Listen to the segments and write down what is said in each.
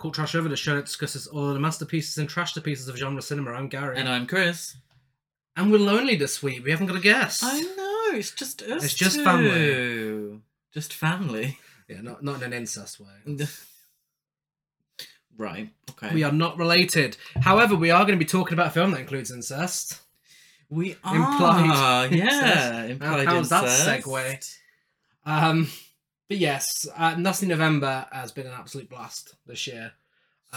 Cool Trash Over, the show that discusses all of the masterpieces and trash to pieces of genre cinema. I'm Gary. And I'm Chris. And we're lonely this week. We haven't got a guest. I know, it's just us. It's just two. family. Just family. Yeah, not, not in an incest way. right, okay. We are not related. However, we are going to be talking about a film that includes incest. We are. Implied Yeah, incest. implied How's that incest. segue? Um, but yes, uh, Nasty November has been an absolute blast this year.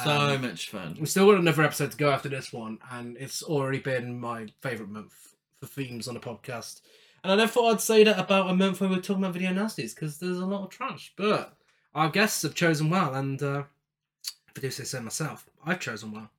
So Um, much fun. We've still got another episode to go after this one, and it's already been my favourite month for themes on the podcast. And I never thought I'd say that about a month when we were talking about video nasties, because there's a lot of trash. But our guests have chosen well, and uh, if I do say so myself, I've chosen well.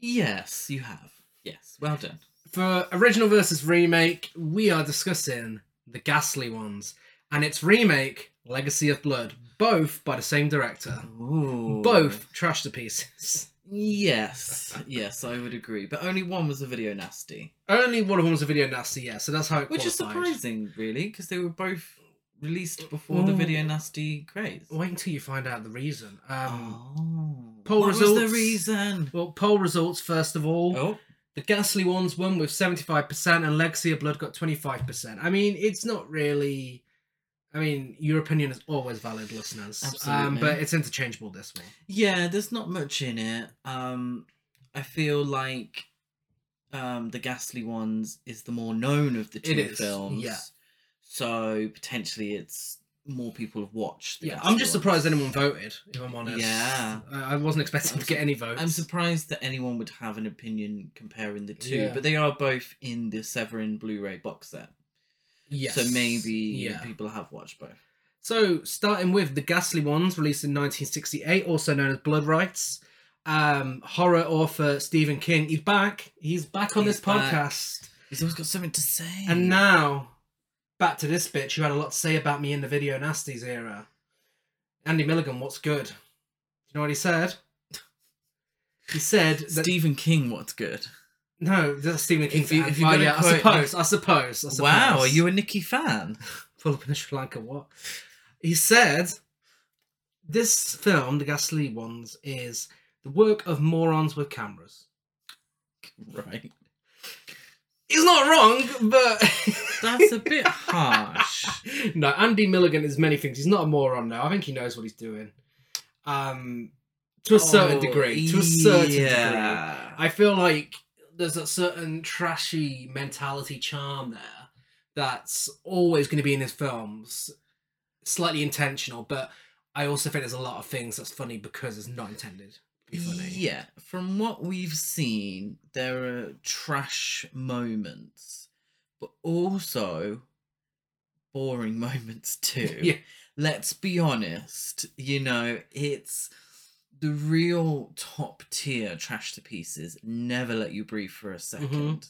Yes, you have. Yes, well done. For original versus remake, we are discussing the ghastly ones, and its remake, Legacy of Blood, both by the same director. Ooh. Both trash to pieces. Yes, yes, I would agree. But only one was a video nasty. Only one of them was a video nasty, yeah, so that's how it Which is qualified. surprising, really, because they were both released before the Ooh. video nasty craze. Wait until you find out the reason. Um, oh. poll what was results. the reason? Well, poll results first of all. Oh, The Ghastly Ones won with seventy five percent, and Legacy of Blood got twenty five percent. I mean, it's not really. I mean, your opinion is always valid, listeners. Um, Absolutely. but it's interchangeable this one. yeah. There's not much in it. Um, I feel like um, the Ghastly Ones is the more known of the two It is, films. yeah. So potentially, it's more people have watched. The Yeah, I'm Ghastly just surprised Ones. anyone voted. If I'm honest, Yeah. I, I wasn't expecting I'm to get any votes. I'm surprised that anyone would have an opinion comparing the two, Yeah. but they are both in the Severin Blu-ray box set. yes. So maybe yeah. people have watched both. So, starting with The Ghastly Ones, released in 1968, also known as Blood Rights. Um, horror author Stephen King, he's back. He's back on He's this back. podcast. He's always got something to say. And now, back to this bitch who had a lot to say about me in the Video Nasties era. Andy Milligan, what's good? Do you know what he said? He said that. Stephen King, what's good? no, that's Stephen King. If you- if you've oh, got a yeah, I quote- suppose, I suppose. I suppose. Wow, are you a Nicky fan? pull up in Sri Lanka, what? He said, This film, The Ghastly Ones, is the work of morons with cameras. right. He's not wrong, but. That's a bit harsh. no, Andy Milligan is many things. He's not a moron now. I think he knows what he's doing. Um, to a certain Oh, degree. To a certain degree. yeah. I feel like there's a certain trashy mentality charm there that's always going to be in his films, slightly intentional, but I also think there's a lot of things that's funny because it's not intended to be funny. Yeah, from what we've seen, there are trash moments, but also boring moments too. Yeah. Let's be honest, you know, it's the real top tier trash to pieces never let you breathe for Mm-hmm. a 2nd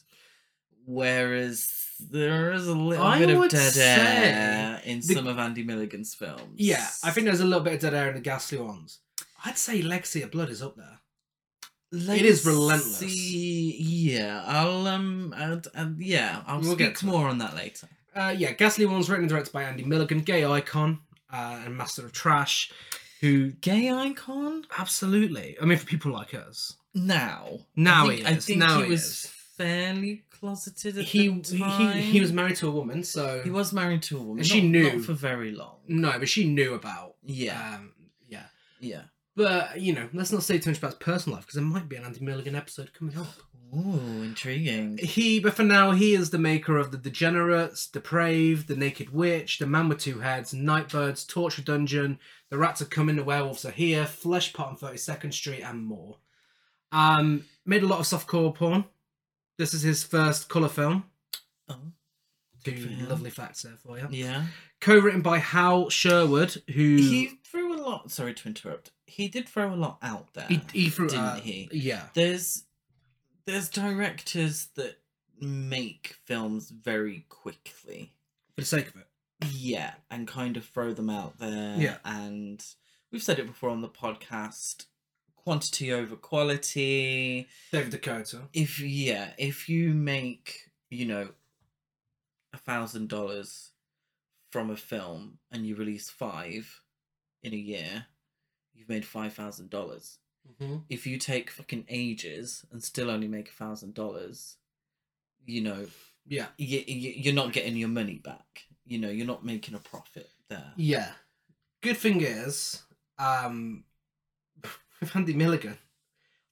Whereas there is a little I bit of would dead say air in the- some of Andy Milligan's films. Yeah, I think there's a little bit of dead air in the ghastly ones. I'd say Legacy of Blood is up there. It is relentless. Legacy- Yeah, I'll um, I'd, i yeah, I'll We'll get speak to more on that later. Uh, yeah, Ghastly Ones, written and directed by Andy Milligan, gay icon uh, and master of trash, who Gay icon absolutely, I mean, for people like us, now. Now I think, he I is, think now he, he was is. fairly closeted. At he, the he time. he he was married to a woman, so He was married to a woman. And she not- knew. not for very long. no, but she knew about Yeah, Um, yeah. yeah. But, you know, let's not say too much about his personal life because there might be an Andy Milligan episode coming up. Ooh, intriguing. He, but for now, he is the maker of The Degenerates, Depraved, The Naked Witch, The Man with Two Heads, Nightbirds, Torture Dungeon, The Rats Are Coming, The Werewolves Are Here, Flesh Pot on 32nd Street, and more. Um, made a lot of softcore porn. This is his first colour film. Oh, Good Two for him. lovely facts there for you. yeah. Co written by Hal Sherwood, who. He threw a lot. Sorry to interrupt. He did throw a lot out there. he, he threw. didn't uh, he? Yeah. there's there's directors that make films very quickly For the sake of it. yeah and kind of throw them out there Yeah. and we've said it before on the podcast quantity over quality David Dakota. if yeah if you make you know a thousand dollars from a film and you release five in a year you've made five thousand dollars. hmm If you take fucking ages and still only make a thousand dollars, you know, Yeah. you, you, you're not getting your money back. You know, you're not making a profit there. Yeah. Good thing is, um, with Andy Milligan,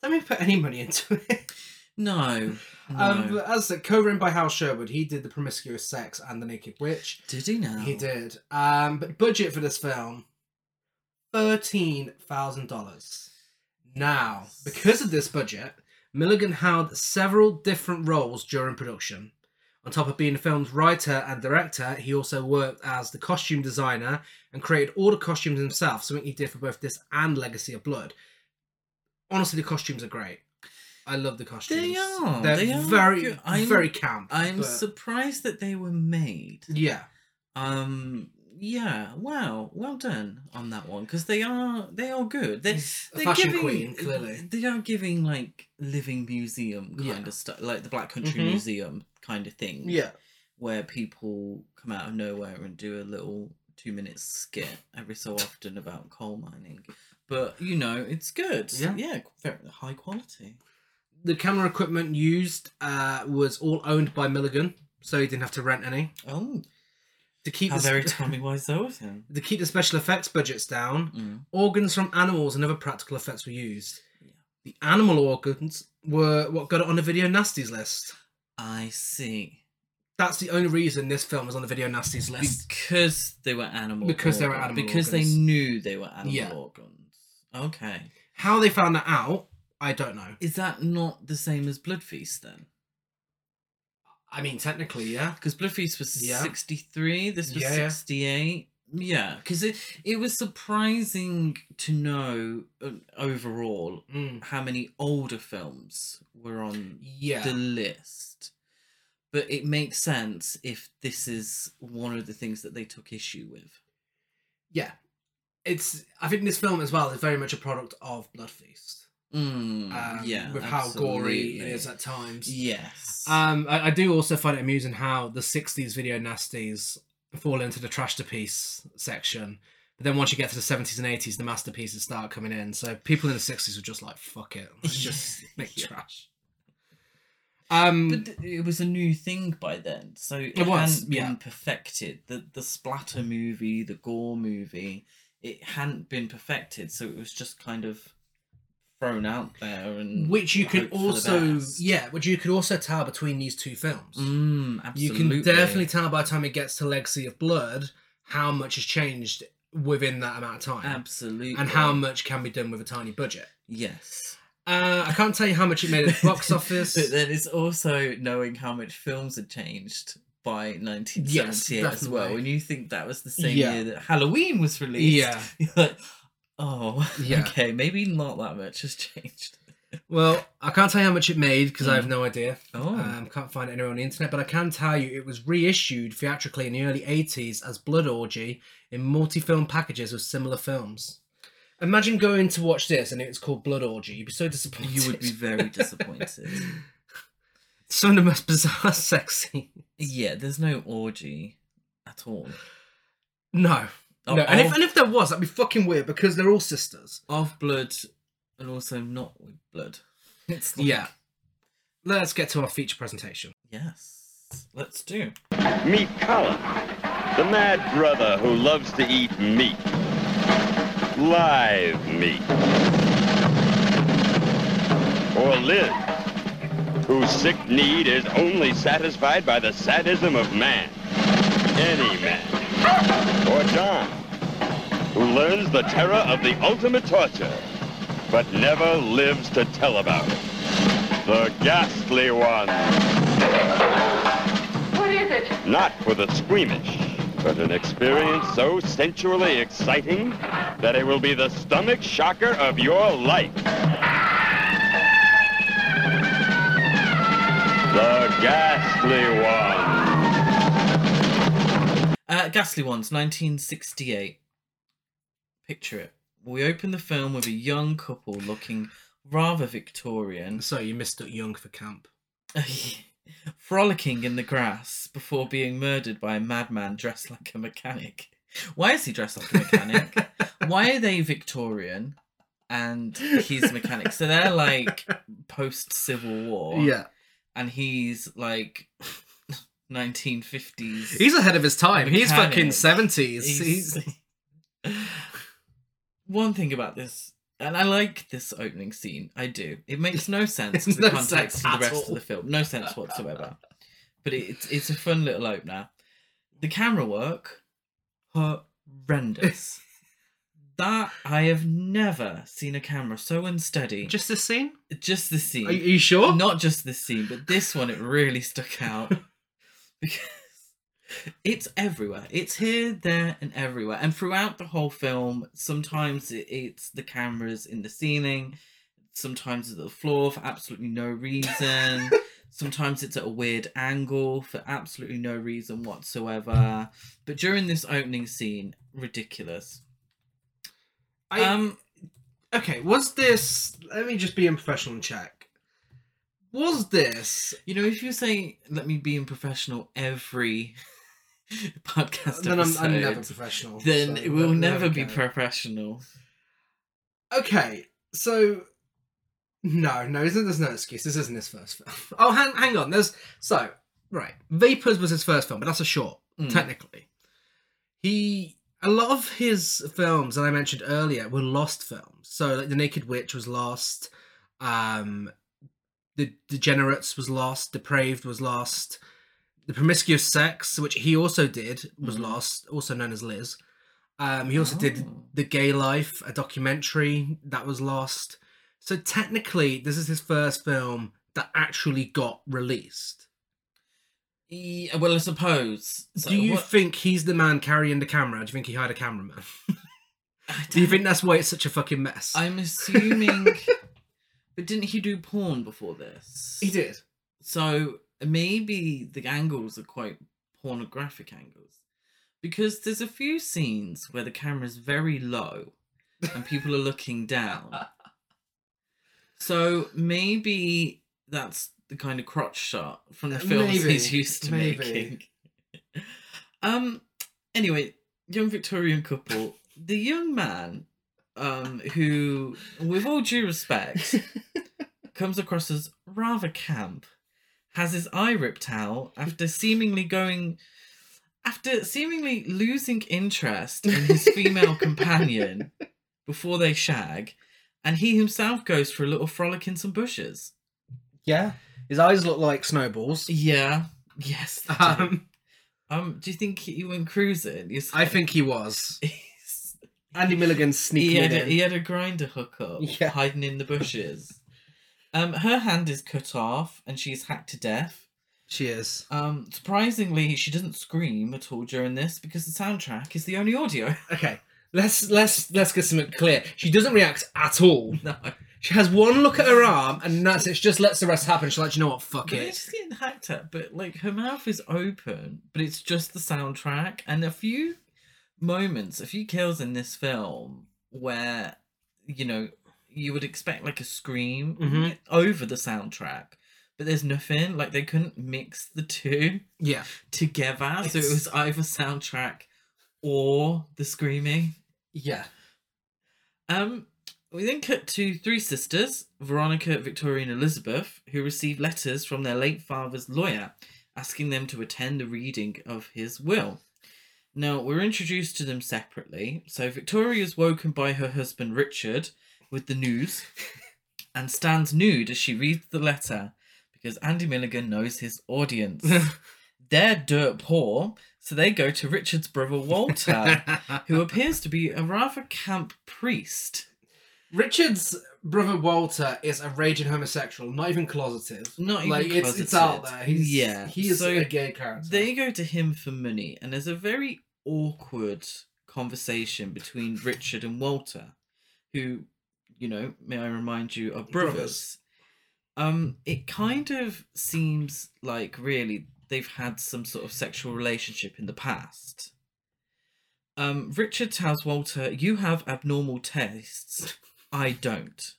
let me put any money into it. No, no. Um, but as I said, co-written by Hal Sherwood, he did The Promiscuous Sex and The Naked Witch. did he now? He did. Um, but budget for this film, thirteen thousand dollars. Now, because of this budget, Milligan held several different roles during production. On top of being the film's writer and director, he also worked as the costume designer and created all the costumes himself, something he did for both this and Legacy of Blood. Honestly, the costumes are great. I love the costumes. are, They're they are very, good. I'm- very camp. I'm but- surprised that they were made. yeah. Um, yeah, wow, well done on that one because they are they are good. They He's a they're fashion giving, queen, clearly. They are giving like living museum kind Yeah. of stuff, like the Black Country Mhm. Museum kind of thing. where people come out of nowhere and do a little two minute skit every so often about coal mining. But you know, it's good. Yeah. yeah, very high quality. the camera equipment used uh, was all owned by Milligan, so he didn't have to rent any. Oh, To keep how the, very sp- Tommy Wiseau of him. to keep the special effects budgets down, Mm. organs from animals and other practical effects were used. Yeah. The animal organs were what got it on the video nasties list. I see. That's the only reason this film was on the video nasties list. Because they were animal. Because they were organs. animal Because organs. they knew they were animal Yeah. organs. Okay. How they found that out, I don't know. Is that not the same as Blood Feast then? I mean, technically, yeah. Because Blood Feast was Yeah. 63, this was Yeah, yeah. 68. Yeah, because it, it was surprising to know uh, overall Mm. how many older films were on Yeah. the list. But it makes sense if this is one of the things that they took issue with. yeah. It's. I think this film as well is very much a product of Blood Feast. Mm, Um, yeah. With how gory it absolutely. is at times. Yes. Um, I, I do also find it amusing how the '60s video nasties fall into the trash to piece section, but then once you get to the '70s and '80s, the masterpieces start coming in. So people in the '60s were just like, "Fuck it, let's just make Yeah. trash." Um, But th- it was a new thing by then, so it, was, hadn't been yeah. perfected. The the splatter movie, the gore movie, it hadn't been perfected, so it was just kind of thrown out there and which you could mm, hope for the also, best. yeah, which you could also tell between these two films. mm, you absolutely. can definitely tell by the time it gets to Legacy of Blood how much has changed within that amount of time, absolutely and how much can be done with a tiny budget. yes. Uh, I can't tell you how much it made at the box office. but then it's also knowing how much films had changed by 1978 as well. definitely. When you think that was the same Yeah. year that Halloween was released, yeah. you're like, oh, Yeah. okay, maybe not that much has changed. Well, I can't tell you how much it made because I have Mm. no idea. Oh, Um, can't find it anywhere on the internet, but I can tell you it was reissued theatrically in the early 80s as Blood Orgy in multi film packages with similar films. Imagine going to watch this and it's called Blood Orgy. You'd be so disappointed. you would be very disappointed. Some of the most bizarre sex scenes. yeah, there's no orgy at all. No. O- no. And, if, of, and if there was, that'd be fucking weird because they're all sisters. of blood, and also not with blood. It's like- Yeah. Let's get to our feature presentation. Yes, let's do. Meet Colin, the mad brother who loves to eat meat. Live meat. Or live, whose sick need is only satisfied by the sadism of man. Any man. Or John, who learns the terror of the ultimate torture, but never lives to tell about it. The ghastly one. What is it? Not for the squeamish, but an experience so sensually exciting that it will be the stomach shocker of your life. The Ghastly One. Uh, Ghastly Ones, 1968. Picture it. We open the film with a young couple looking rather Victorian, So you mistook Young for Camp. frolicking in the grass before being murdered by a madman dressed like a mechanic. Why is he dressed like a mechanic? Why are they Victorian and he's a mechanic? So they're like post Civil War. yeah. And he's like 1950s. He's ahead of his time. He's fucking Mechanic. 70s. He's- One thing about this, and I like this opening scene. I do. It makes no sense It's to the no sense context of at the rest all. of the film. No sense whatsoever. but it, it's it's a fun little opener. The camera work, horrendous. that I have never seen a camera so unsteady. Just Just, this scene? just the scene Are you, are you sure? not just this scene, but this one it really stuck out because it's everywhere. It's here, there, and everywhere, and throughout the whole film. Sometimes it, it's the cameras in the ceiling, sometimes it's at the floor for absolutely no reason. Sometimes it's at a weird angle for absolutely no reason whatsoever. But during this opening scene, ridiculous. I- um, okay, was this. Let me just be unprofessional and check. Was this. You know, if you say "let me be in professional" every podcast Then I'm, episode, I'm never professional. then so it will there- there never we be go. professional. Okay, so no, no, isn't there's no excuse. This isn't his first film. Oh, hang, hang on. There's so right. Vapors was his first film, but that's a short Mm. technically. He a lot of his films that I mentioned earlier were lost films. So like The Naked Witch was lost. Um, the Degenerates was lost. Depraved was lost. The Promiscuous Sex, which he also did, was Mhm. lost. Also known as Liz. Um, he also did Oh. the gay life a documentary that was lost so technically this is his first film that actually got released Yeah, E, well, I suppose. So do you what- think he's the man carrying the camera do you think he hired a cameraman I do you don't- think that's why it's such a fucking mess I'm assuming. but didn't he do porn before this? did So maybe the angles are quite pornographic angles. Because there's a few scenes where the camera's very low and people are looking down. So maybe that's the kind of crotch shot from the films Uh, Maybe, he's used to maybe. making. um anyway, young Victorian couple. The young man, um, who with all due respect, comes across as rather camp, has his eye ripped out after seemingly going after seemingly losing interest in his female companion before they shag, and he himself goes for a little frolic in some bushes. yeah his eyes look like snowballs Yeah. Yes. they do. Um, um, do you think he went cruising? He's i think he was he's- andy milligan's he sneaking had, it a, in. he had a grinder hookup Yeah. hiding in the bushes. um, her hand is cut off and she's hacked to death. she is Um, surprisingly, she doesn't scream at all during this because the soundtrack is the only audio. okay let's let's let's get something clear she doesn't react at all no, She has one look at her arm, and that's it. She just lets the rest happen. She's like, you know what? Fuck but it. she's getting hacked at. But like her mouth is open, but it's just the soundtrack and a few moments, a few kills in this film where you know you would expect like a scream Mhm. over the soundtrack. But there's nothing like they couldn't mix the two Yeah. together, so it It's- was either soundtrack or the screaming. Yeah. Um, we then cut to three sisters, Veronica, Victoria, and Elizabeth, who received letters from their late father's lawyer asking them to attend the reading of his will. Now, we're introduced to them separately. So, Victoria is woken by her husband Richard with the news and stands nude as she reads the letter because Andy Milligan knows his audience. They're dirt poor, so they go to Richard's brother Walter who appears to be a rather camp priest. Richard's brother Walter is a raging homosexual, not even closeted. Not even like it's it's out there. closeted. He's yeah. he is so a gay character. they go to him for money, and there's a very awkward conversation between Richard and Walter, who, you know, may I remind you, are brothers. Brothers. Um, it kind of seems like really they've had some sort of sexual relationship in the past. Um, Richard tells Walter, "You have abnormal tastes. I don't."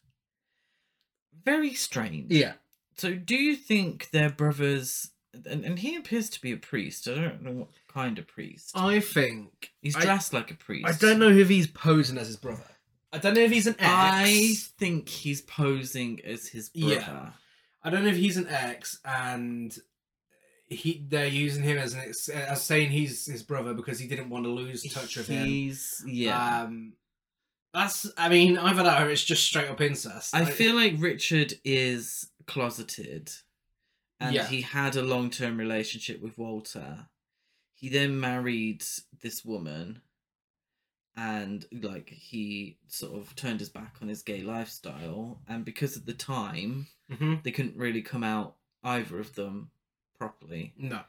Very strange. yeah. So, do you think they're brothers and, and he appears to be a priest. I don't know what kind of priest. I think He's I- dressed like a priest. I don't know if he's posing as his brother. I don't know if he's an ex. I think he's posing as his brother. Yeah. I don't know if he's an ex, and he they're using him as an ex, as saying he's his brother because he didn't want to lose touch with him. he's yeah. Um, that's I mean either that or it's just straight up incest. I Like, feel like Richard is closeted, and Yeah. he had a long-term relationship with Walter. He then married this woman, and like he sort of turned his back on his gay lifestyle, and because at the time Mhm. they couldn't really come out either of them properly. no,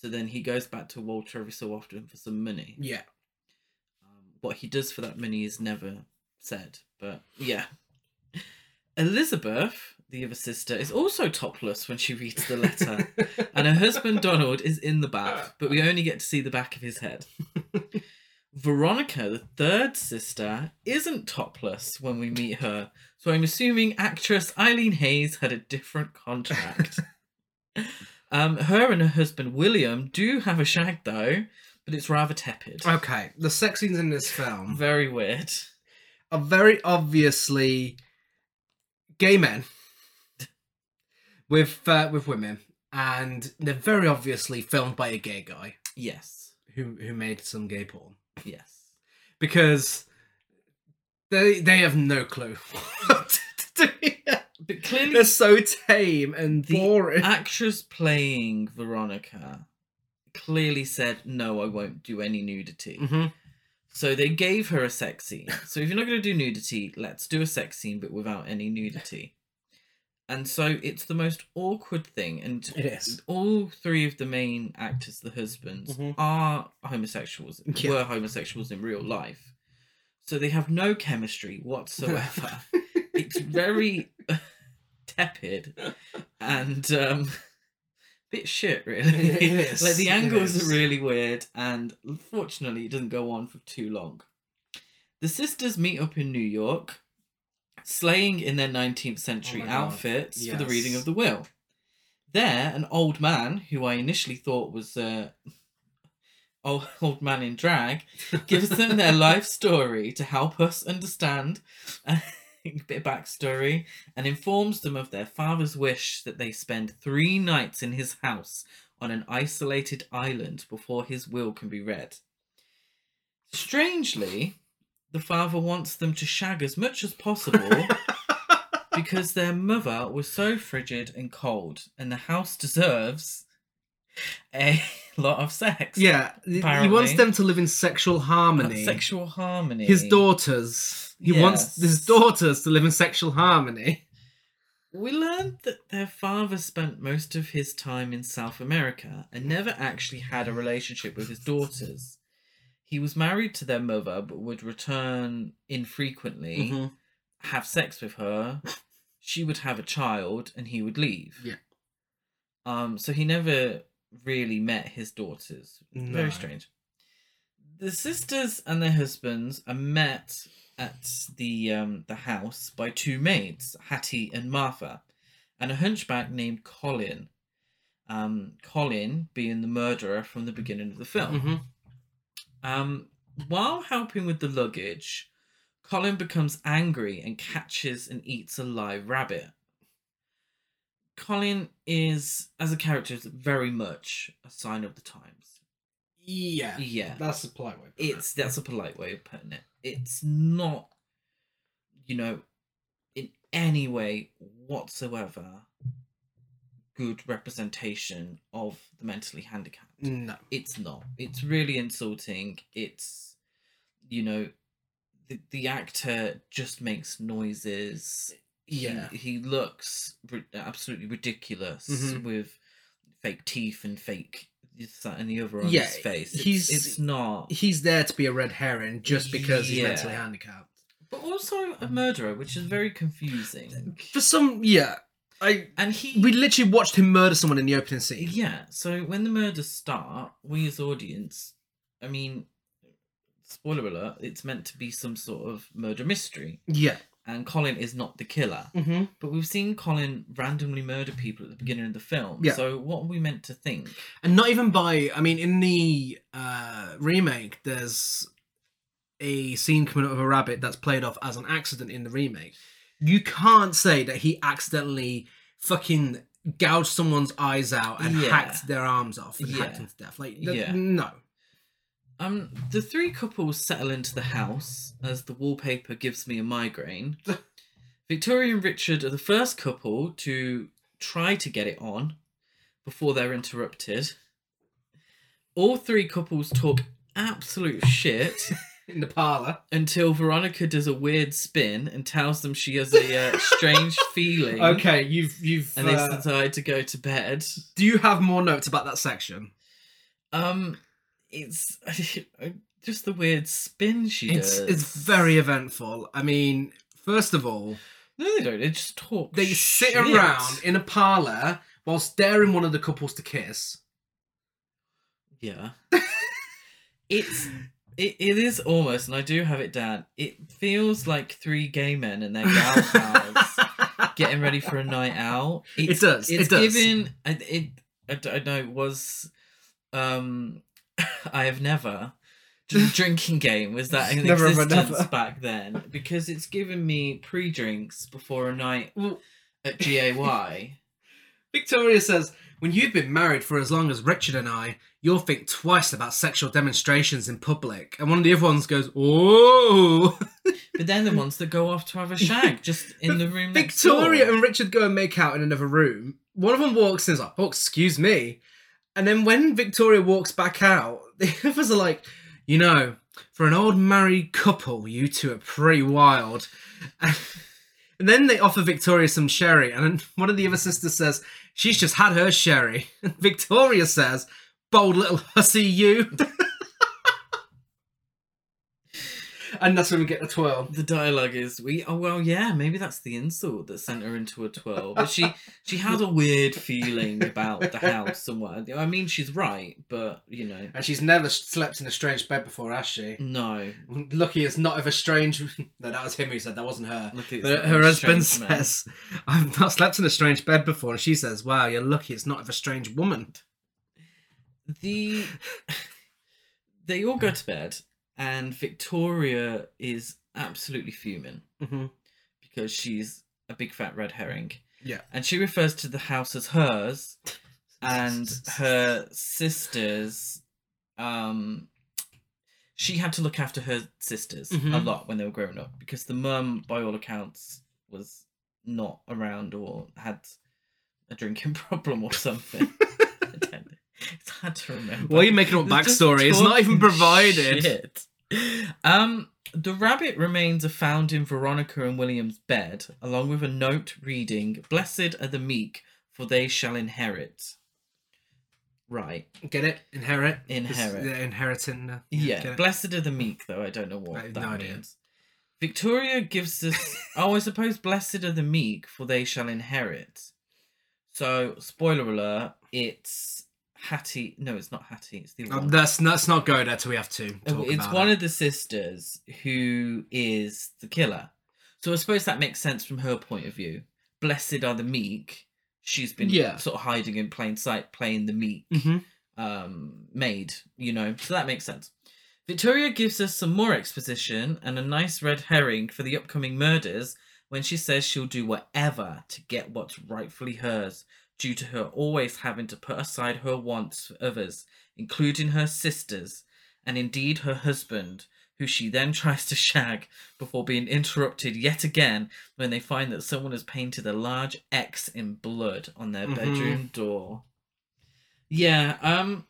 So then he goes back to Walter every so often for some money. yeah, Um, what he does for that money is never said, but yeah. Elizabeth, the other sister, is also topless when she reads the letter, and her husband Donald is in the bath, but we only get to see the back of his head. Veronica, the third sister, isn't topless when we meet her, so I'm assuming actress Eileen Hayes had a different contract. um, her and her husband William do have a shag though, but it's rather tepid. okay. The sex scenes in this film Very weird. are very obviously gay men with uh, with women, and they're very obviously filmed by a gay guy Yes. who who made some gay porn. Yes. because they they have no clue what to do. here. But clearly, They're so tame and The boring. actress playing Veronica clearly said, No, I won't do any nudity. Mhm. So they gave her a sex scene. So if you're not going to do nudity, let's do a sex scene, but without any nudity. And so it's the most awkward thing. And It is. all three of the main actors, the husbands, Mhm. are homosexuals, Yeah. were homosexuals in real life. So they have no chemistry whatsoever. it's very tepid and um, bit shit, really. It is, like the it angles is. are really weird, and fortunately, it doesn't go on for too long. The sisters meet up in New York, slaying in their 19th century Oh my God. outfits for the reading Yes. of the will. There, an old man who I initially thought was uh, old, old man in drag gives them their life story to help us understand a bit of backstory and informs them of their father's wish that they spend three nights in his house on an isolated island before his will can be read. Strangely, the father wants them to shag as much as possible because their mother was so frigid and cold, and the house deserves a lot of sex. yeah, he wants Apparently. them to live in sexual harmony. Sexual harmony. His daughters. He wants Yes. his daughters to live in sexual harmony. We learned that their father spent most of his time in South America and never actually had a relationship with his daughters. He was married to their mother but would return infrequently, Mm-hmm. have sex with her, she would have a child, and he would leave. Yeah. Um, so he never really met his daughters. No. Very strange. The sisters and their husbands are met at the um, the house by two maids, Hattie and Martha, and a hunchback named Colin. Um, Colin being the murderer from the beginning of the film. Mhm. Um, while helping with the luggage, Colin becomes angry and catches and eats a live rabbit. Colin is, as a character, is very much a sign of the times. Yeah. Yeah, That's the polite way. of putting it. it's that's a polite way of putting it. It's not, you know, in any way whatsoever, good representation of the mentally handicapped no. it's not it's really insulting it's you know the, the actor just makes noises He- Yeah. he, looks ri- absolutely ridiculous Mhm. with fake teeth and fake this that and the other on Yeah, his face it's, he's- it's not He's there to be a red herring just because he's Yeah. mentally handicapped. but also Um, a murderer which is very confusing For some, yeah, I and he we literally watched him murder someone in the opening scene. Yeah, so when the murders start, we as audience, I mean, spoiler alert, it's meant to be some sort of murder mystery, Yeah, and Colin is not the killer. Mm-hmm. But we've seen Colin randomly murder people at the beginning of the film. Yeah. So what are we meant to think? And not even by, I mean, in the uh, remake, there's a scene coming up of a rabbit that's played off as an accident in the remake. You can't say that he accidentally fucking gouged someone's eyes out and Yeah. hacked their arms off and hacked Yeah. them to death. Like, th- Yeah. no. Um, the three couples settle into the house as the wallpaper gives me a migraine. Victoria and Richard are the first couple to try to get it on before they're interrupted. All three couples talk absolute shit In the parlor. until Veronica does a weird spin and tells them she has a uh, strange feeling. Okay, you've you've. And they uh, decide to go to bed. do you have more notes about that section? Um, it's just the weird spin she It's does. it's very eventful. I mean, first of all, No, they don't. They just talk. they sit shit. around in a parlor whilst daring one of the couples to kiss. Yeah. it's it, it is almost, and I do have it down. It feels like three gay men and their gal pals getting ready for a night out. It's, does, it It's does. given. It. it I, d- I know. It was. Um, I have never. The drinking game was that in Never have I existence never. back then because it's given me pre-drinks before a night Well- at GAY. Victoria says, "When you've been married for as long as Richard and I, you'll think twice about sexual demonstrations in public." And one of the other ones goes, "Oh!" But they're the ones that go off to have a shag just in the room. next Victoria door. and Richard go and make out in another room. One of them walks in, is like, "Oh, excuse me," and then when Victoria walks back out, the others are like, "You know, for an old married couple, you two are pretty wild." And then they offer Victoria some sherry, and then one of the other sisters says, She's just had her sherry. And Victoria says, Bold little hussy, you. and that's when we get the twirl. The dialogue is we oh well yeah maybe that's the insult that sent her into a twirl but she she had a weird feeling about the house and what I mean she's right but you know And she's never slept in a strange bed before, has she? no Lucky it's not of a strange. no, that was him who said that wasn't her. look at Her, her husband says, "I've not slept in a strange bed before," and she says, "Wow, you're lucky it's not of a strange woman." the they all go to bed and Victoria is absolutely fuming Mm-hmm. because she's a big fat red herring. Yeah. And she refers to the house as hers and her sisters um she had to look after her sisters a Mhm. lot when they were growing up because the mum by all accounts was not around or had a drinking problem or something. I don't know. it's hard to remember. Well, you're making up They're just backstory. It's not even talking provided. shit. Um, the rabbit remains are found in Veronica and William's bed, along with a note reading, "Blessed are the meek, for they shall inherit." Right. Get it? Inherit. Inherit. Yeah, inheriting. uh, Yeah. get it? Blessed are the meek, though I don't know what I have that no idea. means. Victoria gives us. oh, I suppose blessed are the meek, for they shall inherit. So, spoiler alert: it's Hattie. No, it's not Hattie. It's the other Oh, one. let's let's not go there till we have to. Oh, Talk it's about one it. of the sisters who is the killer. So I suppose that makes sense from her point of view. Blessed are the meek. She's been Yeah. sort of hiding in plain sight, playing the meek Mhm. um, maid, you know. So that makes sense. Victoria gives us some more exposition and a nice red herring for the upcoming murders when she says she'll do whatever to get what's rightfully hers, due to her always having to put aside her wants for others, including her sisters, and indeed her husband, who she then tries to shag before being interrupted yet again when they find that someone has painted a large X in blood on their Mhm. bedroom door. Yeah, um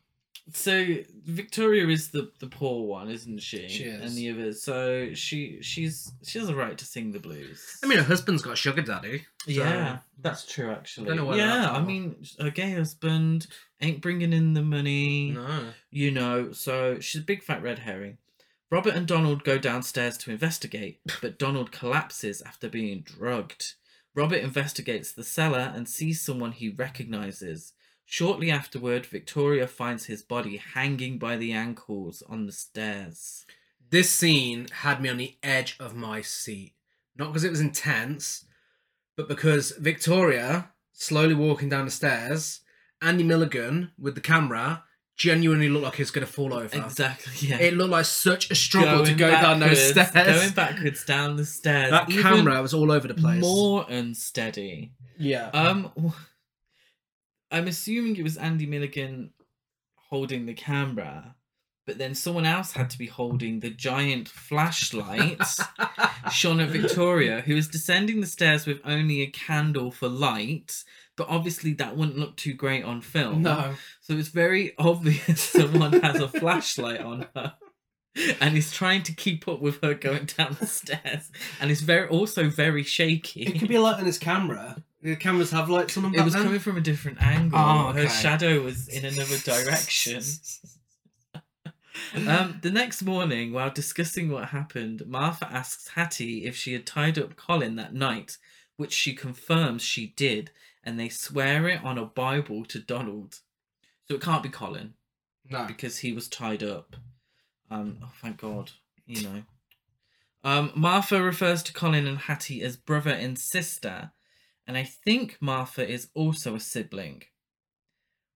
so Victoria is the the poor one, isn't she? She is. And the others. So she she's she has a right to sing the blues. I mean, her husband's got a sugar daddy. so- Yeah, that's true. Actually, know where that's yeah. I from. mean, her gay husband ain't bringing in the money, No. you know. So she's a big fat red herring. Robert and Donald go downstairs to investigate, but Donald collapses after being drugged. Robert investigates the cellar and sees someone he recognizes. Shortly afterward, Victoria finds his body hanging by the ankles on the stairs. This scene had me on the edge of my seat. not because it was intense, but because Victoria, slowly walking down the stairs, Andy Milligan with the camera genuinely looked like he was going to fall over. Exactly. Yeah. It looked like such a struggle to go Going down those backwards, stairs. Going backwards down the stairs. that even camera was all over the place. More unsteady. yeah. Um, w- I'm assuming it was Andy Milligan holding the camera, but then someone else had to be holding the giant flashlight shone at Victoria, who was descending the stairs with only a candle for light. But obviously, that wouldn't look too great on film. no. So it's very obvious someone has a flashlight on her. And is trying to keep up with her going down the stairs, and is very also very shaky. It could be a light on his camera. The cameras have lights on them. It back was then. coming from a different angle. Uh-huh. Oh, Her okay. shadow was in another direction. Um, the next morning, while discussing what happened, Martha asks Hattie if she had tied up Colin that night, which she confirms she did, and they swear it on a Bible to Donald. So it can't be Colin No. because he was tied up. Um, oh, thank God, you know. Um, Martha refers to Colin and Hattie as brother and sister, and I think Martha is also a sibling.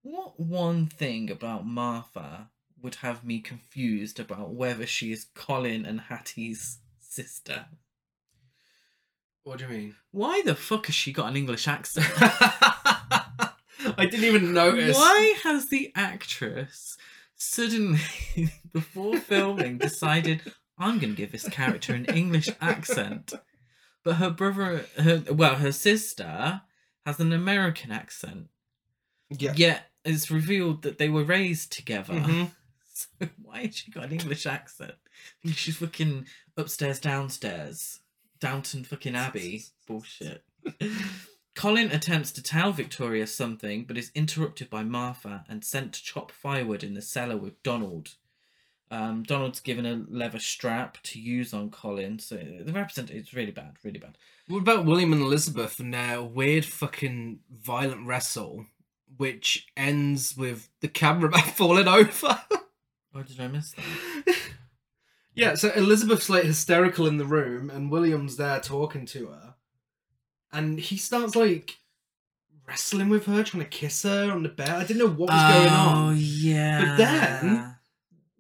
What one thing about Martha would have me confused about whether she is Colin and Hattie's sister? What do you mean? Why the fuck has she got an English accent? I didn't even notice. Why has the actress suddenly, before filming, decided I'm going to give this character an English accent? But her brother, her well, her sister has an American accent. Yeah. Yet it's revealed that they were raised together. Mhm. So why has she got an English accent? She's fucking upstairs, downstairs, Downton fucking Abbey bullshit. Colin attempts to tell Victoria something, but is interrupted by Martha and sent to chop firewood in the cellar with Donald. Um, Donald's given a leather strap to use on Colin, so the represent it's really bad, really bad. What about William and Elizabeth and their weird fucking violent wrestle, which ends with the cameraman falling over? Oh, did I miss that? yeah, so Elizabeth's like hysterical in the room and William's there talking to her. And he starts like wrestling with her, trying to kiss her on the bed. I didn't know what was going Oh on. yeah. But then-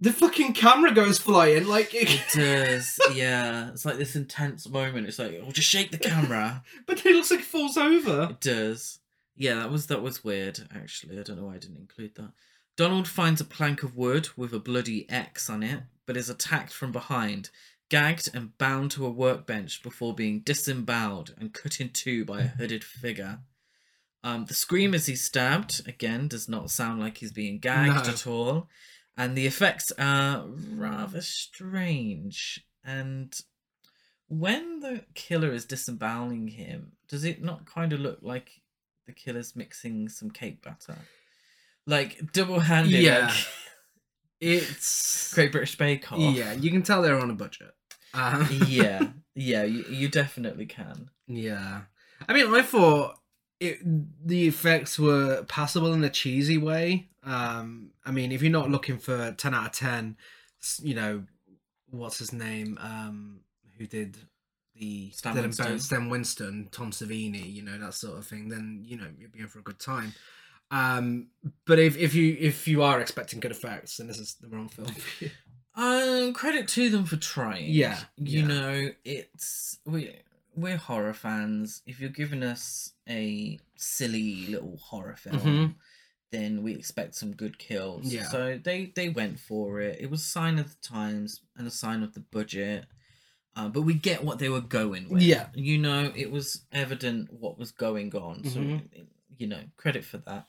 The fucking camera goes flying, like it, it does, yeah. It's like this intense moment. It's like, oh, just shake the camera. but then it looks like it falls over. It does. Yeah, that was that was weird. Actually, I don't know why I didn't include that. Donald finds a plank of wood with a bloody X on it, but is attacked from behind, gagged and bound to a workbench before being disemboweled and cut in two by a hooded figure. Um, the scream as he's stabbed again does not sound like he's being gagged No. at all, and the effects are rather strange. And when the killer is disemboweling him, does it not kind of look like the killer's mixing some cake batter? Like double handed, Yeah. like It's Great British Bake Off. yeah, you can tell they're on a budget. Uh, yeah, yeah, you, you definitely can. Yeah. I mean, I thought it, the effects were passable in a cheesy way. Um, I mean, if you're not looking for 10 out of 10, s- you know, what's his name? Um, who did the Stan Dead and Winston. Buried Stan Winston, Tom Savini, you know, that sort of thing, then, you know, you'll be in for a good time. Um, but if, if you if you are expecting good effects, then this is the wrong film. for you. Um, credit to them for trying. Yeah, you yeah. know, it's we we're horror fans. If you're giving us a silly little horror film, Mhm. then we expect some good kills. Yeah. So they they went for it. It was a sign of the times and a sign of the budget. Uh, but we get what they were going with. Yeah. You know, it was evident what was going on. So, Mhm. you know, credit for that.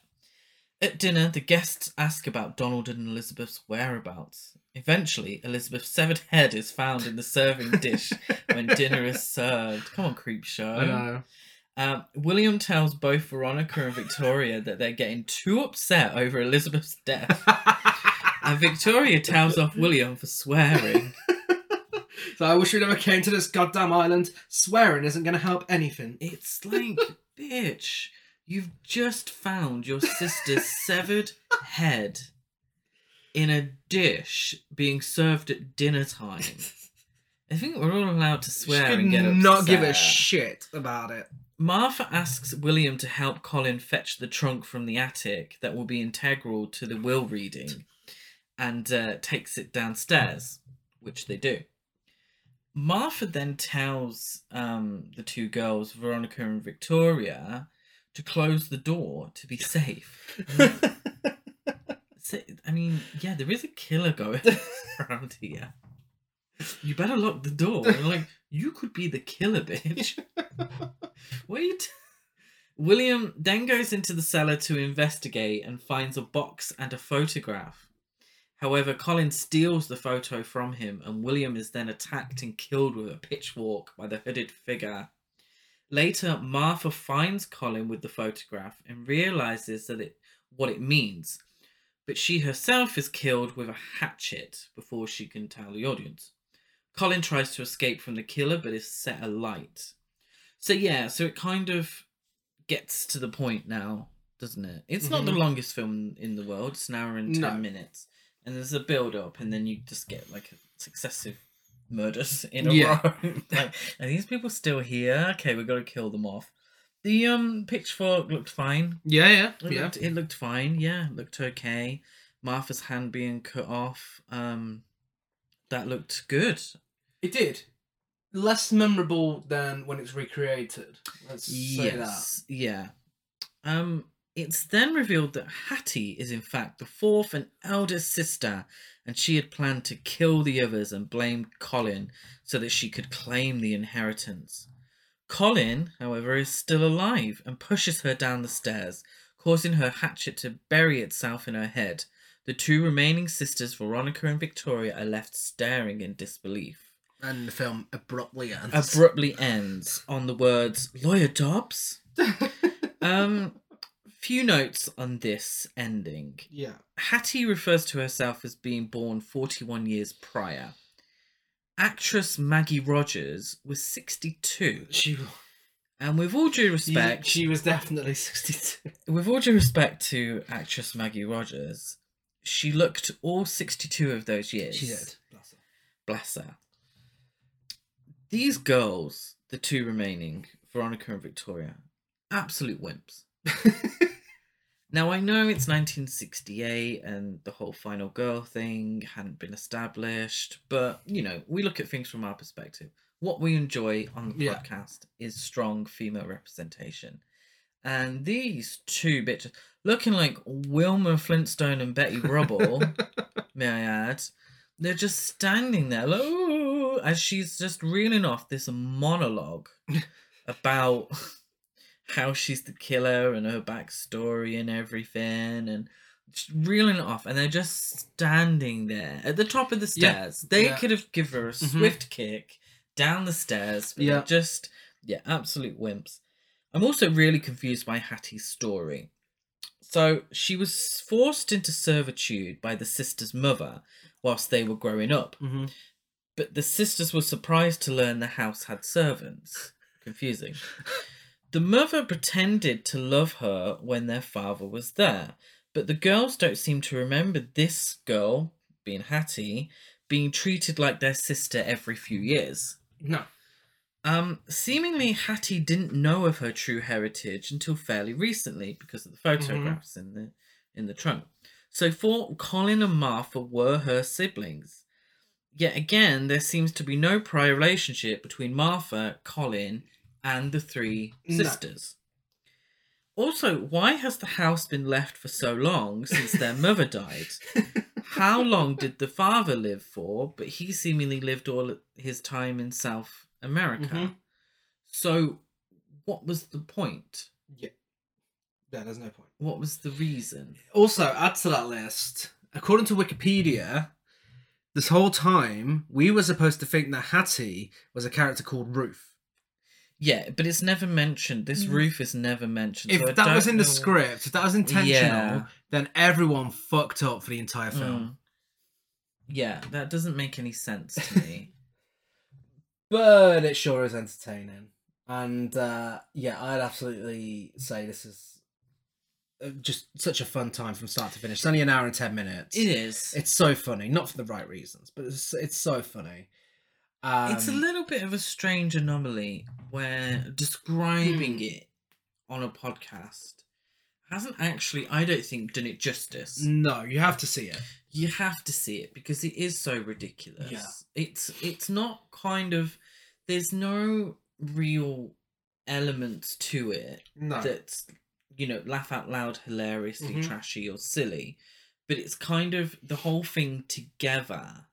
At dinner, the guests ask about Donald and Elizabeth's whereabouts. Eventually, Elizabeth's severed head is found in the serving dish when dinner is served. Come on, creep show. I know. Um, William tells both Veronica and Victoria that they're getting too upset over Elizabeth's death, uh, and Victoria tells off William for swearing. So I wish we never came to this goddamn island. Swearing isn't going to help anything. It's like, bitch, you've just found your sister's severed head in a dish being served at dinner time. I think we're all allowed to She swear could and get upset. not give a shit about it. Martha asks William to help Colin fetch the trunk from the attic that will be integral to the will reading and uh, takes it downstairs, which they do. Martha then tells um, the two girls, Veronica and Victoria, to close the door to be safe. So, I mean, yeah, there is a killer going around here. You better lock the door. And, like, you could be the killer, bitch. what are you t- William then goes into the cellar to investigate and finds a box and a photograph. However, Colin steals the photo from him, and William is then attacked and killed with a pitchfork by the hooded figure. Later, Martha finds Colin with the photograph and realizes that it what it means, but she herself is killed with a hatchet before she can tell the audience. Colin tries to escape from the killer but is set alight. So yeah, so it kind of gets to the point now, doesn't it? It's not the Mhm. longest film in the world. It's an hour and ten No. minutes, and there's a build up, and then you just get like a successive murders in a Yeah. row. like, are these people still here? Okay, we've got to kill them off. The um pitchfork looked fine. Yeah, yeah, It, looked, it looked fine. Yeah, it looked okay. Martha's hand being cut off. Um, that looked good. It did. Less memorable than when it's recreated. Let's say that. yes. Yeah. Um, it's then revealed that Hattie is in fact the fourth and eldest sister, and she had planned to kill the others and blame Colin so that she could claim the inheritance. Colin, however, is still alive and pushes her down the stairs, causing her hatchet to bury itself in her head. The two remaining sisters, Veronica and Victoria, are left staring in disbelief And the film abruptly ends. abruptly ends on the words lawyer Dobbs. um, few notes on this ending. yeah. Hattie refers to herself as being born 41 years prior. Actress Maggie Rogers was 62, She, and with all due respect, she was definitely 62. with all due respect to actress Maggie Rogers, she looked all 62 of those years. She did. Bless her. Bless her. These girls, the two remaining, Veronica and Victoria, absolute wimps. now I know it's 1968 and the whole final girl thing hadn't been established, but you know, we look at things from our perspective. What we enjoy on the Yeah. podcast is strong female representation. And these two bitches, looking like Wilma Flintstone and Betty Rubble, may I add, they're just standing there, like, "Ooh," and she's just reeling off this monologue about how she's the killer and her backstory and everything, and just reeling it off. And they're just standing there at the top of the Yeah. stairs. They Yeah. could have given her a Mhm. swift kick down the stairs. But Yeah. yeah, just yeah, absolute wimps. I'm also really confused by Hattie's story. So she was forced into servitude by the sister's mother whilst they were growing up, Mhm. but the sisters were surprised to learn the house had servants. Confusing. the mother pretended to love her when their father was there, but the girls don't seem to remember this girl, being Hattie, being treated like their sister every few years. No. Um, seemingly, Hattie didn't know of her true heritage until fairly recently because of the photographs in the in the trunk. So, for Colin and Martha were her siblings. Yet again, there seems to be no prior relationship between Martha, Colin, and the three No. sisters. Also, why has the house been left for so long since their mother died? How long did the father live for? But he seemingly lived all his time in South America. Mhm. So, what was the point? Yeah, there's no point. What was the reason? Also, add to that list, according to Wikipedia, this whole time we were supposed to think that Hattie was a character called Ruth. Yeah, but it's never mentioned. This roof is never mentioned. Mm. If so I that was don't in the know- script, if that was intentional, Yeah. then everyone fucked up for the entire film. Mm. Yeah, that doesn't make any sense to me. Mm. But it sure is entertaining. And uh, yeah, I'd absolutely say this is uh, just such a fun time from start to finish. It's only an hour and 10 minutes. it is. It's so funny, not for the right reasons, but it's, it's so funny. Um, it's a little bit of a strange anomaly where Hmm. describing it on a podcast hasn't actually, I don't think, done it justice. no, you have to see it. You have to see it because it is so ridiculous. Yeah. It's it's not kind of there's no real elements to it No, that's you know laugh out loud hilariously Mhm. trashy or silly but it's kind of the whole thing together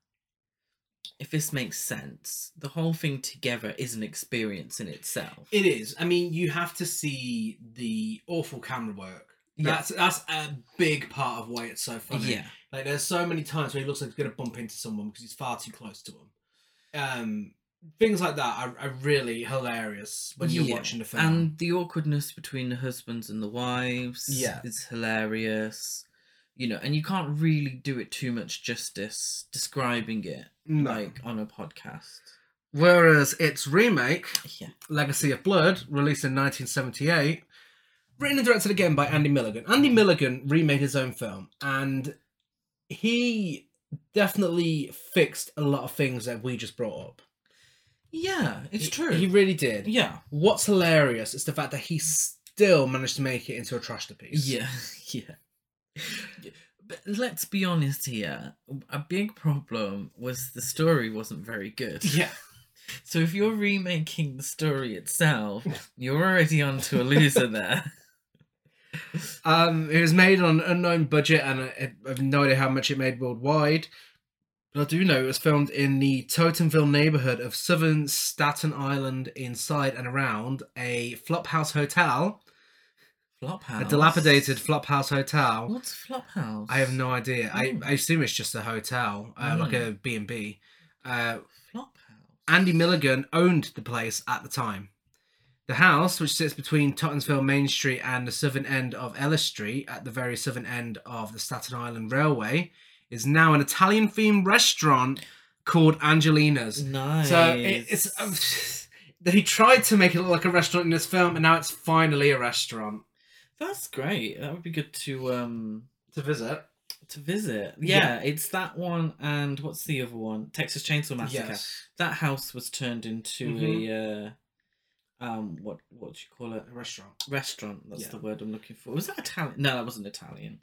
if this makes sense the whole thing together is an experience in itself it is. I mean, you have to see the awful camera work. Yeah. That's that's a big part of why it's so funny. yeah Like there's so many times where he looks like he's gonna bump into someone because he's far too close to him. Um, things like that are, are really hilarious when you're Yeah. watching the film. and the awkwardness between the husbands and the wives Yeah. is hilarious you know and you can't really do it too much justice describing it No. like on a podcast Whereas its remake, yeah Legacy of Blood, released in 1978, written and directed again by Andy Milligan. Andy Milligan remade his own film, and he definitely fixed a lot of things that we just brought up. yeah it's He- true He really did. yeah What's hilarious is the fact that he still managed to make it into a trash piece. Yeah, yeah. But let's be honest here. A big problem was the story wasn't very good. Yeah. So if you're remaking the story itself, you're already onto a loser there. Um, it was made on an unknown budget, and I, I have no idea how much it made worldwide. But I do know it was filmed in the Totemville neighborhood of southern Staten Island, inside and around a flophouse hotel, Flophouse. a dilapidated flophouse hotel. What's Flophouse? I have no idea. I, Mm. I assume it's just a hotel, uh, like Mm. a B and B. Uh, Flophouse. Andy Milligan owned the place at the time. The house, which sits between Tottenville Main Street and the southern end of Ellis Street at the very southern end of the Staten Island Railway, is now an Italian themed restaurant called Angelina's. Nice. So it, um, it's. he tried to make it look like a restaurant in this film, and now it's finally a restaurant that's great. That would be good to um to visit. to visit. Yeah. Yeah, it's that one and what's the other one? Texas Chainsaw Massacre. Yes. that house was turned into a uh, um what what do you call it A restaurant. restaurant that's Yeah. the word i'm looking for was that italian no that wasn't italian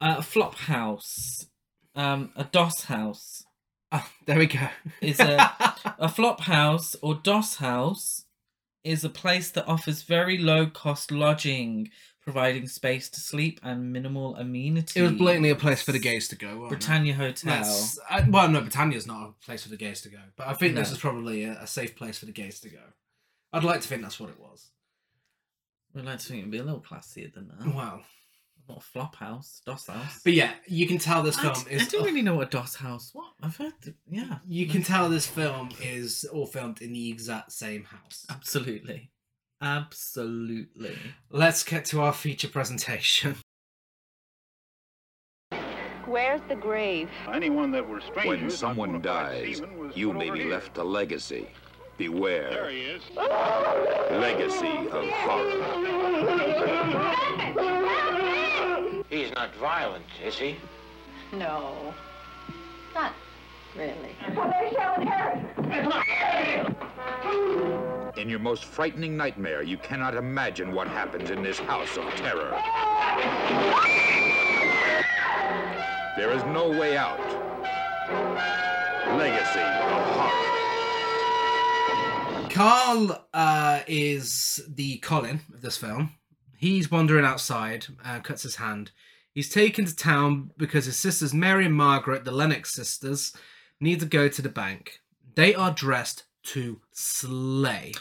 uh, a flop house um a dos house Ah, Oh, there we go. is a a flop house or dos house is a place that offers very low cost lodging providing space to sleep and minimal amenities it was blatantly a place for the gays to go. wasn't it? britannia hotel That's, I, well, no, Britannia's not a place for the gays to go, but I think this No. is probably a, a safe place for the gays to go. I'd like to think that's what it was. i'd like to think it'd be a little classier than that Wow. not a flop house dos house But yeah, you can tell this I film d- I, is. don't really know what DOS House. What I've heard, th- yeah, You can tell this film is all filmed in the exact same house. Oh. absolutely, absolutely. Let's get to our feature presentation. Where's the grave? Anyone that were strangers. When I wanna someone find dies, Stephen was you put may over be here. left a legacy. There Beware. he is. Legacy of horror. He's not violent, is he? No. Not really. In your most frightening nightmare, you cannot imagine what happens in this house of terror. There is no way out. Legacy of horror. Carl uh, is the Colin of this film. He's wandering outside, uh, cuts his hand. He's taken to town because his sisters Mary and Margaret, the Lennox sisters, need to go to the bank. They are dressed to slay.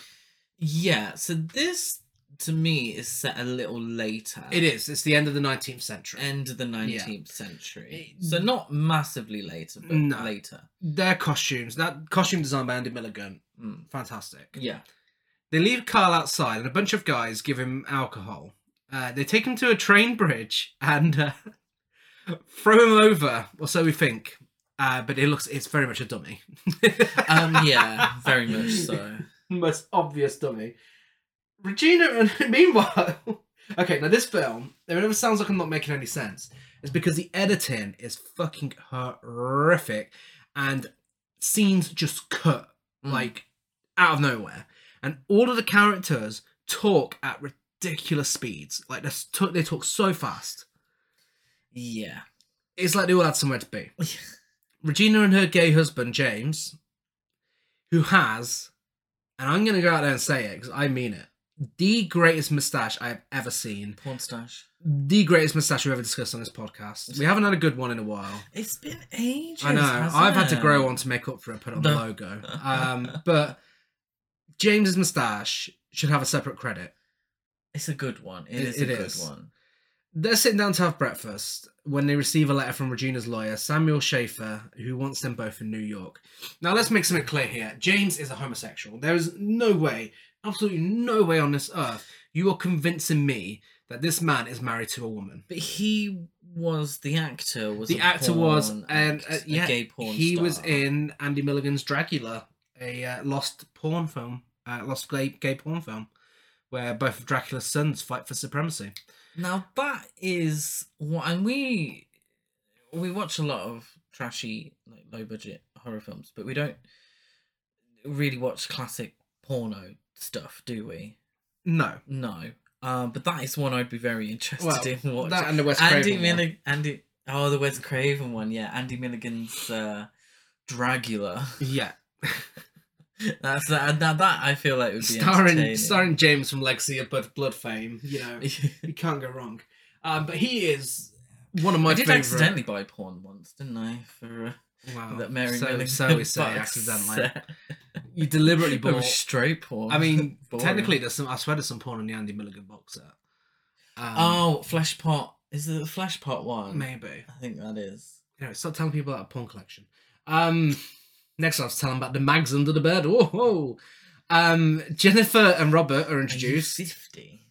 Yeah, so this to me is set a little later. It is. It's the end of the 19th century. end of the nineteenth century, It- so not massively later, but No. later. Their costumes, that costume design by Andy Milligan, Mm. fantastic. Yeah, They leave Carl outside, and a bunch of guys give him alcohol. Uh, they take him to a train bridge and uh, throw him over, or so we think. Uh, but it looks—it's very much a dummy. um, yeah, very much so. most obvious dummy. Regina, and meanwhile, okay, now this film, whenever it sounds like I'm not making any sense, is because the editing is fucking horrific and scenes just cut Mm. like out of nowhere, and all of the characters talk at ridiculous speeds. Like they talk, they talk so fast. Yeah. It's like they all had somewhere to be. Regina and her gay husband James, who has, and I'm gonna go out there and say it because I mean it, the greatest mustache I have ever seen. Porn stash. The greatest mustache we've ever discussed on this podcast. We haven't had a good one in a while. It's been ages. I know. hasn't I've had to it? grow one to make up for it, put it on the No. logo. Um, but James's moustache should have a separate credit. It's a good one. It- it is it a good is. one. They're sitting down to have breakfast when they receive a letter from Regina's lawyer, Samuel Schaefer, who wants them both in New York. Now, let's make something clear here. James is a homosexual. There is no way, absolutely no way on this earth, you are convincing me that this man is married to a woman. But he was the actor. Was the a actor was porn and act- uh, yeah, a gay porn. he was star. in Andy Milligan's Dracula, a uh, lost porn film, uh, lost gay, gay porn film, where both of Dracula's sons fight for supremacy. Now that is what, and we we watch a lot of trashy, like low budget horror films, but we don't really watch classic porno stuff, do we? No, No. Um, but that is one I'd be very interested well, in watching. that and the West Andy Craven one. Milligan, Andy, oh, the Wes Craven one, yeah, Andy Milligan's uh, Dragula. Yeah, That's that. Now that I feel like would be starring entertaining. starring James from Legacy of Blood, Blood fame. You know, you can't go wrong. Um, but he is one of my I did favorite. accidentally buy porn once, didn't I? For uh, Wow, that Mary so, Milligan so we say box accidentally. set. You deliberately It was bought straight porn. I mean, Boring. technically, there's some. I swear, there's some porn on the Andy Milligan box set. Um, oh, flesh pot. Is it the flesh pot one? maybe. I think that is. Anyway, stop telling people about a porn collection. Um, next, I'll have to tell them about the mags under the bed. Whoa, whoa. Um, Jennifer and Robert are introduced. Fifty.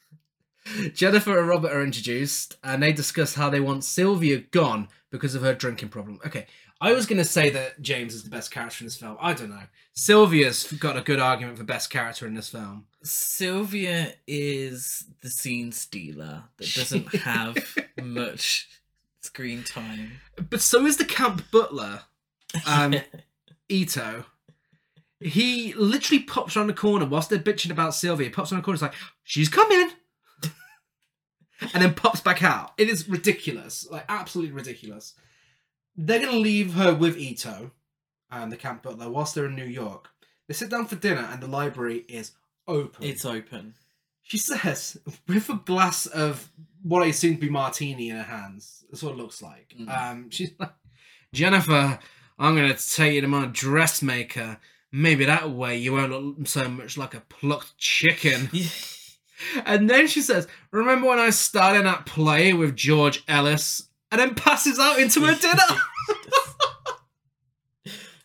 Jennifer and Robert are introduced, and they discuss how they want Sylvia gone because of her drinking problem. Okay, I was gonna say that James is the best character in this film. I don't know. Sylvia's got a good argument for best character in this film. Sylvia is the scene stealer that doesn't have much screen time. But so is the camp butler, um, Ito. He literally pops around the corner whilst they're bitching about Sylvia. He pops around the corner, he's like, "She's coming," and then pops back out. It is ridiculous, like absolutely ridiculous. They're gonna leave her with Ito, and the camp butler, whilst they're in New York. They sit down for dinner, and the library is open. It's open. She says, with a glass of what I assume to be martini in her hands. That's what it looks like. Mm. Um, she's like, Jennifer, I'm going to take you to my dressmaker. Maybe that way you won't look so much like a plucked chicken. and then she says, Remember when I started that play with George Ellis? And then passes out into her dinner.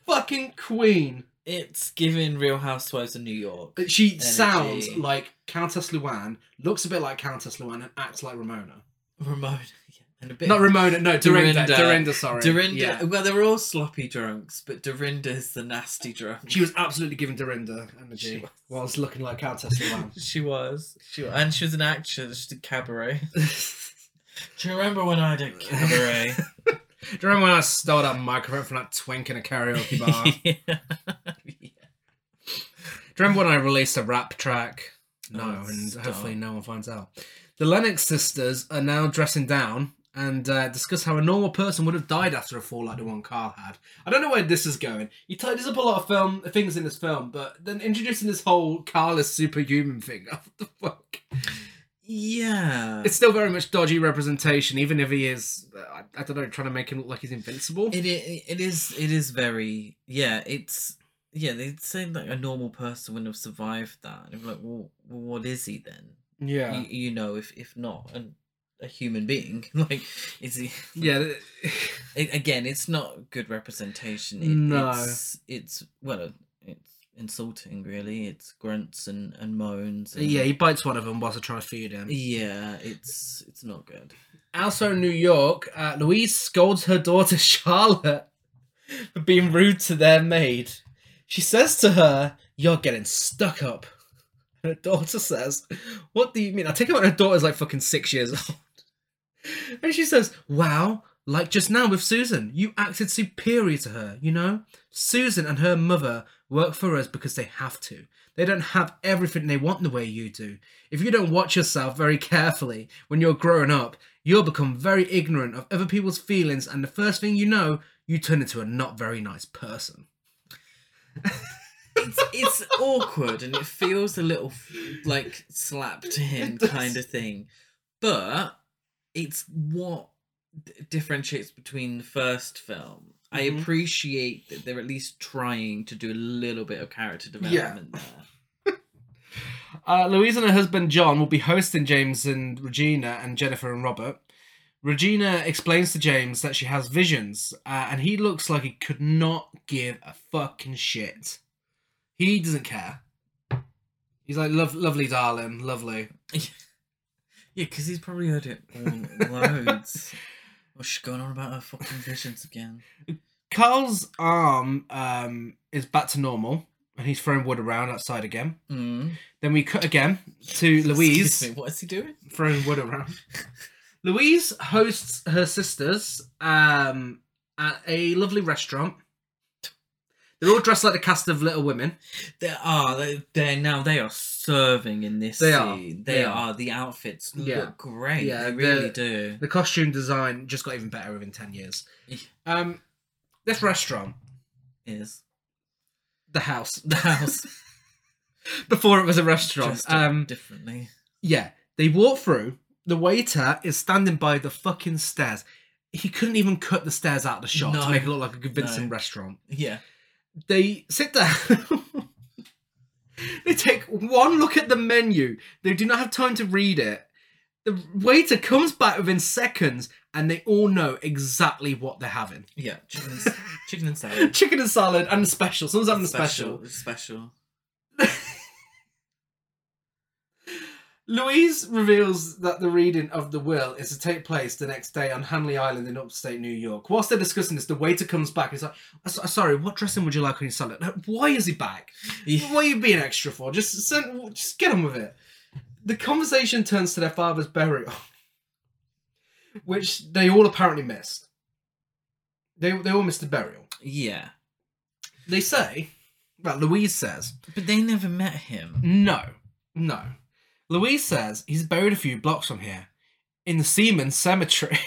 Fucking queen. it's given Real Housewives of New York. She sounds sounds like Countess Luann, looks a bit like Countess Luann, and acts like Ramona. Ramona. yeah, And a bit Not Ramona, no, Dorinda. Dorinda. Dorinda, sorry. Dorinda. Yeah. Well, they were all sloppy drunks, but Dorinda is the nasty drunk. She was absolutely giving Dorinda She energy was. whilst looking like Countess Luann. She was. She was. and she was an actress. She did cabaret. Do you remember when I did cabaret? Do you remember when I stole that microphone from that twink in a karaoke bar? Do you Yeah. remember when I released a rap track? No, Oh, and stop. hopefully no one finds out. The Lennox sisters are now dressing down and uh, discuss how a normal person would have died after a fall like the one Carl had. I don't know where this is going. You tied up a lot of film things in this film, but then introducing this whole Carl is superhuman thing. What the fuck? Yeah. It's still very much dodgy representation, even if he is, uh, I, I don't know, trying to make him look like he's invincible. It, i- it is it is very yeah it's yeah they say like a normal person wouldn't have survived that and I'm like well, well what is he then yeah. you, you know if if not an, a human being like is he yeah. th- it, again it's not good representation it, No. it's it's well it's insulting really it's grunts and and moans and, yeah, he bites one of them whilst they're trying to feed him. yeah it's it's not good Also, in New York, uh, Louise scolds her daughter Charlotte for being rude to their maid. She says to her, You're getting stuck up. Her daughter says, What do you mean? I take it when her daughter's like fucking six years old. And she says, Wow, Like just now with Susan, you acted superior to her, you know? Susan and her mother work for us because they have to. They don't have everything they want the way you do. If you don't watch yourself very carefully when you're growing up, you'll become very ignorant of other people's feelings, and the first thing you know, you turn into a not very nice person. it's, it's awkward and it feels a little like slap to him kind of thing but it's what d- differentiates between the first film i Mhm. appreciate that they're at least trying to do a little bit of character development there Uh, Louise and her husband John will be hosting James and Regina and Jennifer and Robert. Regina explains to James that she has visions, uh, and he looks like he could not give a fucking shit. He doesn't care. He's like, Love, lovely, darling, lovely. yeah because he's probably heard it all loads What's she going on about her fucking visions again? Carl's arm um, is back to normal, and he's throwing wood around outside again. Mm. Then we cut again to Louise. Excuse me, what is he doing? throwing wood around. Louise hosts her sisters um, at a lovely restaurant. They're all dressed like the cast of Little Women. They are. They, they're now. They are serving in this They are, scene. they They are. are. The outfits Yeah. look great. Yeah, they really they're- do. The costume design just got even better within 10 years. Yeah. Um, this restaurant, Is the house, the house before it was a restaurant. dressed up Um, differently? yeah, they walk through. The waiter is standing by the fucking stairs. He couldn't even cut the stairs out of the shot to No. make it look like a convincing No. restaurant. Yeah. they sit down. they take one look at the menu. They do not have time to read it. The waiter comes back within seconds and they all know exactly what they're having. Yeah. Chicken and, s- chicken and salad. Chicken and salad and a special. Someone's having a special. Special. Special. Louise reveals that the reading of the will is to take place the next day on Hanley Island in upstate New York. Whilst they're discussing this, the waiter comes back. He's like, "I'm so- "Sorry, what dressing would you like on your salad? Like, Why is he back? Yeah. What are you being extra for? Just send, just get on with it." The conversation turns to their father's burial, which they all apparently missed. They they all missed the burial. Yeah. They say, well, Louise says, But they never met him. no, no. Louise says he's buried a few blocks from here in the Seaman's Cemetery.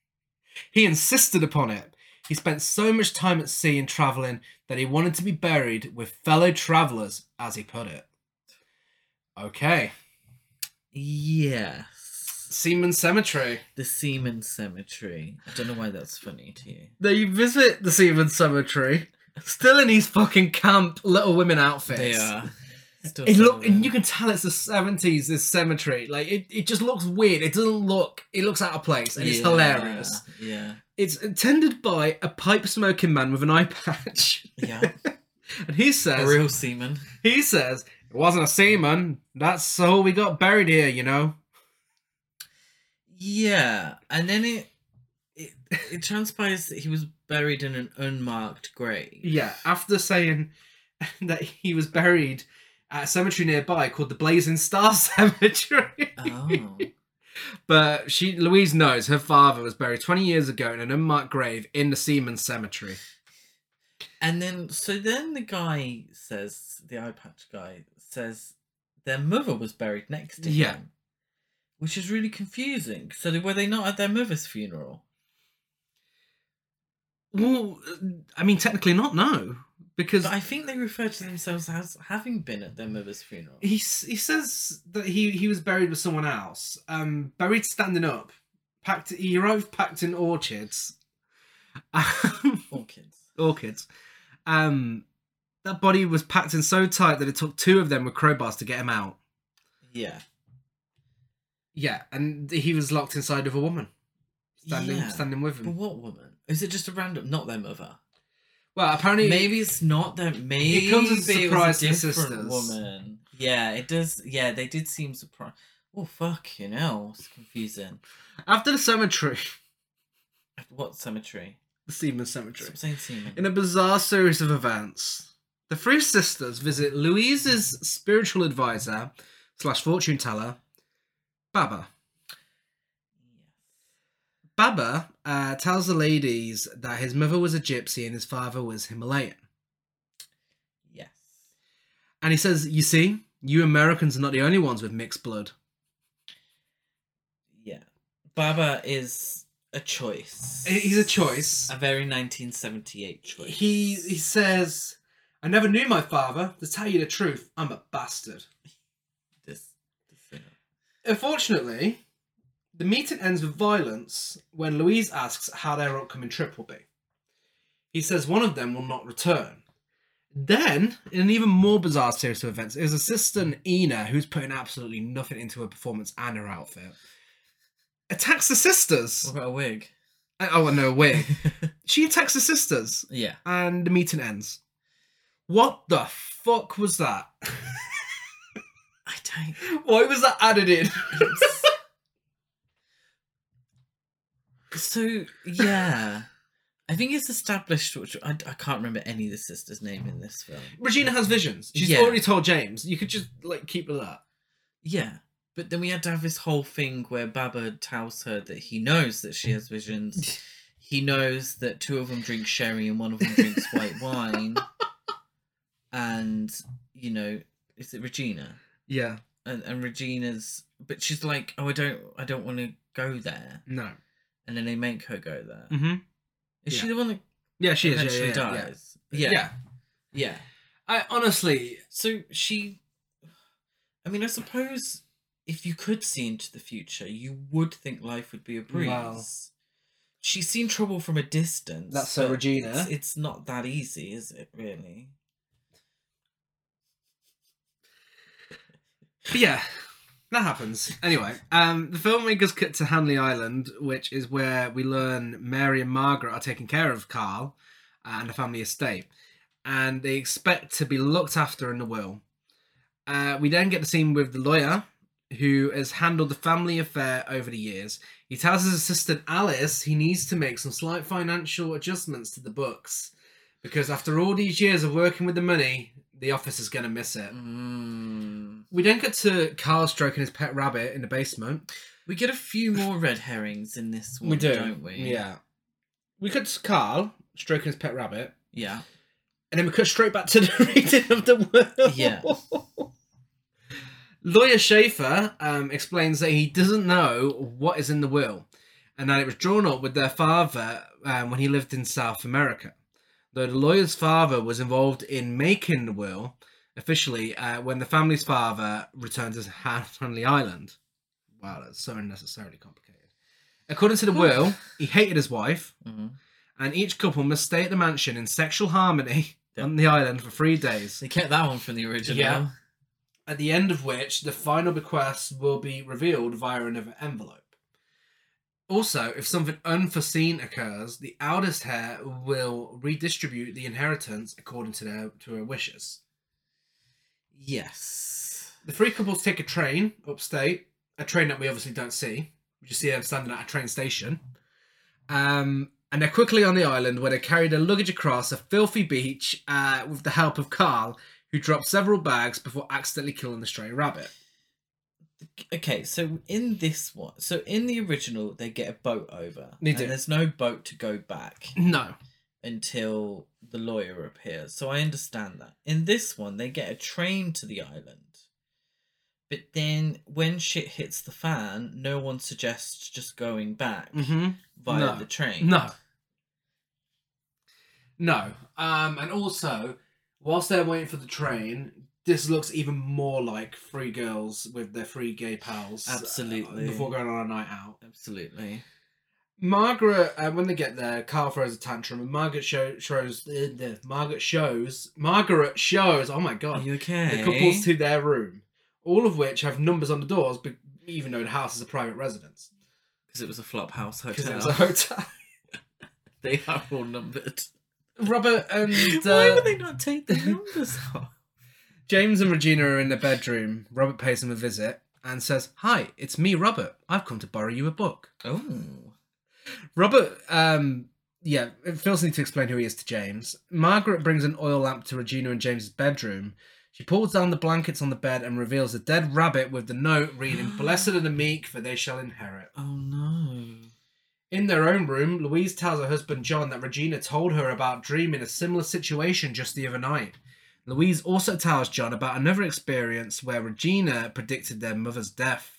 he insisted upon it. He spent so much time at sea and travelling that he wanted to be buried with fellow travellers, as he put it. Okay. Yes. Seaman's Cemetery. The Seaman Cemetery. I don't know why that's funny to you. They visit the Seaman's Cemetery, still in these fucking camp little women outfits. They are. Still It look, serving. and you can tell it's the seventies. This cemetery, like it, it just looks weird. It doesn't look. It looks out of place, and it's Yeah, hilarious. Yeah. It's attended by a pipe smoking man with an eye patch, Yeah. and he A says, real seaman. he says, it wasn't a seaman. That's all we got buried here, you know. Yeah, and then it it, it transpires that he was buried in an unmarked grave. Yeah. After saying that he was buried at a cemetery nearby called the Blazing Star Cemetery. Oh, But she, Louise knows her father was buried 20 years ago in an unmarked grave in the Seaman's Cemetery. and then so then the guy says the eye patch guy says their mother was buried next to Yeah. him, which is really confusing. So they- were they not at their mother's funeral? Well, I mean, technically not. No, because But I think they refer to themselves as having been at their mother's funeral. he s- he says that he he was buried with someone else. Um, buried standing up. Packed. He arrived packed in orchards. Um, Orchids. orchids. Um, that body was packed in so tight that it took two of them with crowbars to get him out. Yeah. Yeah, and he was locked inside of a woman standing Yeah. standing with But him. what woman? Is it just a random? Not their mother. Well, apparently, Maybe it's not that. Maybe It comes as a it was surprise to the different sisters. Woman. Yeah, it does. Yeah, they did seem surprised. Oh fuck, you know, it's confusing. after the cemetery, What cemetery? the Seaman's Stop Cemetery. saying semen. In a bizarre series of events, the three sisters visit Louise's spiritual advisor slash fortune teller, Baba. Baba uh, tells the ladies that his mother was a gypsy and his father was Himalayan. Yes. And he says, You see, you Americans are not the only ones with mixed blood. Yeah. Baba is a choice. He's a choice. A very 1978 choice. He, he says, I never knew my father. To tell you the truth, I'm a bastard. This, this thing. Unfortunately, the meeting ends with violence when Louise asks how their upcoming trip will be. He says one of them will not return. Then, in an even more bizarre series of events, is assistant Ina, who's putting absolutely nothing into her performance and her outfit, attacks the sisters. What about a wig? Oh, no, wait. she attacks the sisters, yeah. and the meeting ends. What the fuck was that? I don't. Why was that added in? It's- so yeah, I think it's established. Which I, I can't remember any of the sisters' name in this film. Regina has visions. She's Yeah. already told James. You could just like keep with that. Yeah, but then we had to have this whole thing where Baba tells her that he knows that she has visions. he knows that two of them drink sherry and one of them drinks white wine. And you know, is it Regina? Yeah. And and Regina's, but she's like, oh, I don't, I don't want to go there. No. And then they make her go there. Is Mm-hmm. she Yeah. the one that Yeah, she is. Yeah, eventually yeah, yeah, yeah. dies? Yeah. yeah, Yeah. I honestly, So she, I mean, I suppose if you could see into the future, you would think life would be a breeze. Wow. She's seen trouble from a distance. That's so but Regina. It's, it's not that easy, is it? Really? but yeah, that happens. Anyway, um, the filmmakers cut to Hanley Island, which is where we learn Mary and Margaret are taking care of Carl and the family estate, and they expect to be looked after in the will. Uh, we then get the scene with the lawyer who has handled the family affair over the years. He tells his assistant Alice he needs to make some slight financial adjustments to the books because after all these years of working with the money, the office is going to miss it. Mm. We then get to Carl stroking his pet rabbit in the basement. We get a few more red herrings in this one, not we? Yeah. We cut to Carl stroking his pet rabbit, yeah. and then we cut straight back to the reading of the will. Yeah. Lawyer Schaefer um, explains that he doesn't know what is in the will, and that it was drawn up with their father um, when he lived in South America. Though the lawyer's father was involved in making the will officially uh, when the family's father returned to Hanley Island. Wow, that's so unnecessarily complicated. According to the will, he hated his wife, hmm and each couple must stay at the mansion in sexual harmony Yeah. on the island for three days. They kept that one from the original. Yeah. At the end of which, the final bequest will be revealed via another envelope. Also, if something unforeseen occurs, the eldest heir will redistribute the inheritance according to their to her wishes. Yes. The three couples take a train upstate, a train that we obviously don't see. We just see them standing at a train station. Um, and they're quickly on the island where they carry their luggage across a filthy beach uh, with the help of Carl, who drops several bags before accidentally killing the stray rabbit. Okay, so in this one, so in the original, they get a boat over. They and do. There's no boat to go back No. until the lawyer appears. So I understand that. In this one, they get a train to the island. But then when shit hits the fan, no one suggests just going back via Mm-hmm. No. the train. No. No. Um, and also, whilst they're waiting for the train, this looks even more like Free Girls with their three gay pals. uh, Absolutely. before going on a night out. Absolutely. Margaret, uh, when they get there, Carl throws a tantrum, and Margaret show, shows. Uh, the- Margaret shows. Margaret shows. Oh my Are god! you okay? The couples to their room, all of which have numbers on the doors, but even though the house is a private residence Because it was a flop house because hotel. it was a hotel. They are all numbered. Robert and Why uh, would they not take the numbers off? James and Regina are in their bedroom. Robert pays them a visit and says, "Hi, it's me, Robert. I've come to borrow you a book." Oh. Robert, um, yeah, it feels need to explain who he is to James. Margaret brings an oil lamp to Regina and James's bedroom. She pulls down the blankets on the bed and reveals a dead rabbit with the note reading, Blessed are the meek, for they shall inherit. Oh no. In their own room, Louise tells her husband John that Regina told her about Dream in a similar situation just the other night. Louise also tells John about another experience where Regina predicted their mother's death.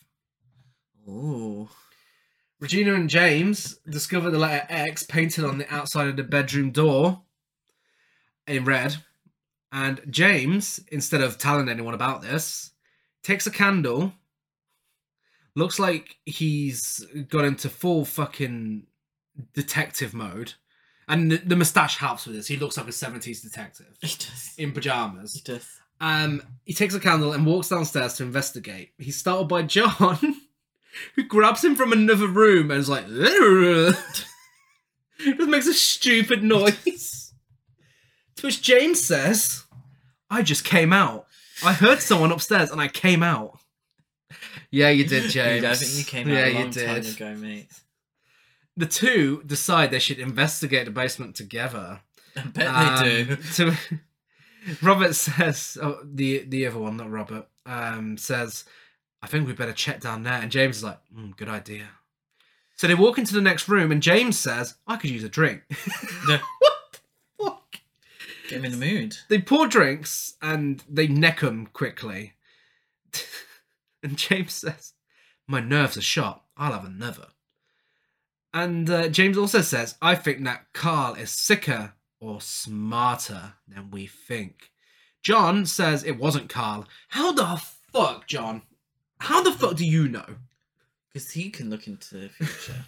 Oh. Regina and James discover the letter X painted on the outside of the bedroom door in red. And James, instead of telling anyone about this, takes a candle. Looks like he's gone into full fucking detective mode. And the, the mustache helps with this. He looks like a 70s detective It does. in pajamas. It does. Um, he takes a candle and walks downstairs to investigate. He's startled by John, who grabs him from another room and is like, just makes a stupid noise. to which James says, I just came out. I heard someone upstairs and I came out. Yeah, you did, James. I think you came out yeah, a long you time did. ago, mate. The two decide they should investigate the basement together. I bet they Um, do. to- Robert says, oh, the the other one, not Robert, um, says, I think we better check down there. And James is like, "Mm, good idea. So they walk into the next room, and James says, I could use a drink. No, Fuck. get him in the mood. They pour drinks and they neck 'em quickly. and James says, My nerves are shot. I'll have another. And uh, James also says, I think that Carl is sicker or smarter than we think. John says it wasn't Carl. How the fuck, John? How the fuck do you know? Because he can look into the future.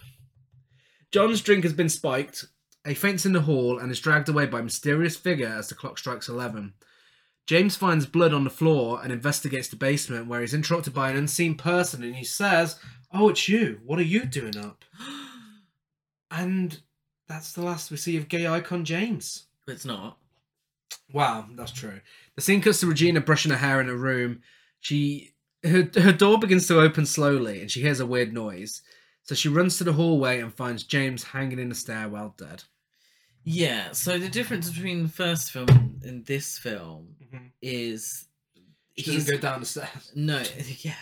John's drink has been spiked. He faints in the hall and is dragged away by a mysterious figure as the clock strikes 11. James finds blood on the floor and investigates the basement where he's interrupted by an unseen person and he says, Oh, it's you. What are you doing up? And that's the last we see of gay icon James. but it's not. Wow, that's true. The scene cuts to Regina brushing her hair in her room. She her her door begins to open slowly, and she hears a weird noise. So she runs to the hallway and finds James hanging in the stairwell, dead. Yeah, so the difference between the first film and this film is She doesn't go down the stairs. No, yeah.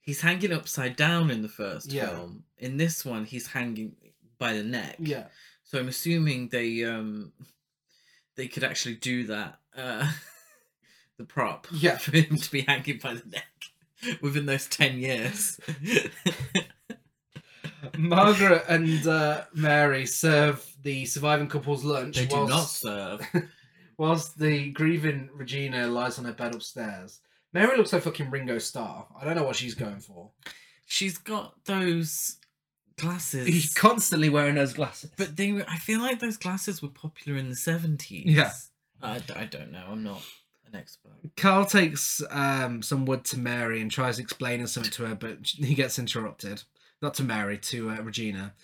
He's hanging upside down in the first Yeah. film. In this one, he's hanging by the neck. So I'm assuming they um they could actually do that. Uh the prop. Yeah. For him to be hanging by the neck within those ten years. Margaret and uh, Mary serve the surviving couple's lunch. they do whilst- not serve. Whilst the grieving Regina lies on her bed upstairs, Mary looks like fucking Ringo Starr. I don't know what she's going for. She's got those glasses. He's constantly wearing those glasses. But they were, I feel like those glasses were popular in the 70s. Yeah. I, d- I don't know. I'm not an expert. Carl takes um, some wood to Mary and tries explaining something to her, but he gets interrupted. Not to Mary, to uh, Regina.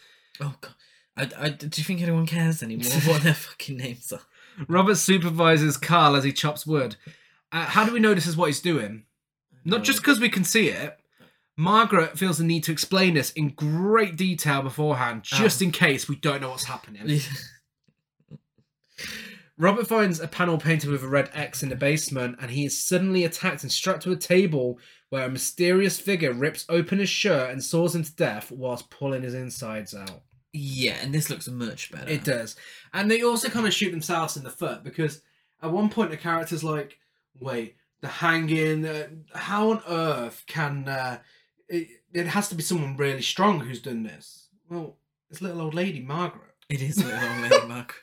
Oh, God. I, I, do you think anyone cares anymore what their fucking names are? Robert supervises Carl as he chops wood. Uh, how do we know this is what he's doing? Not just because we can see it. Margaret feels the need to explain this in great detail beforehand, just in case we don't know what's happening. Robert finds a panel painted with a red X in the basement, and he is suddenly attacked and strapped to a table where a mysterious figure rips open his shirt and saws him to death whilst pulling his insides out. yeah, and this looks much better. It does. And they also kind of shoot themselves in the foot because at one point the character's like, wait, the hanging, uh, how on earth can. Uh, it, it has to be someone really strong who's done this. Well, it's little old lady Margaret. It is a little late, Mark.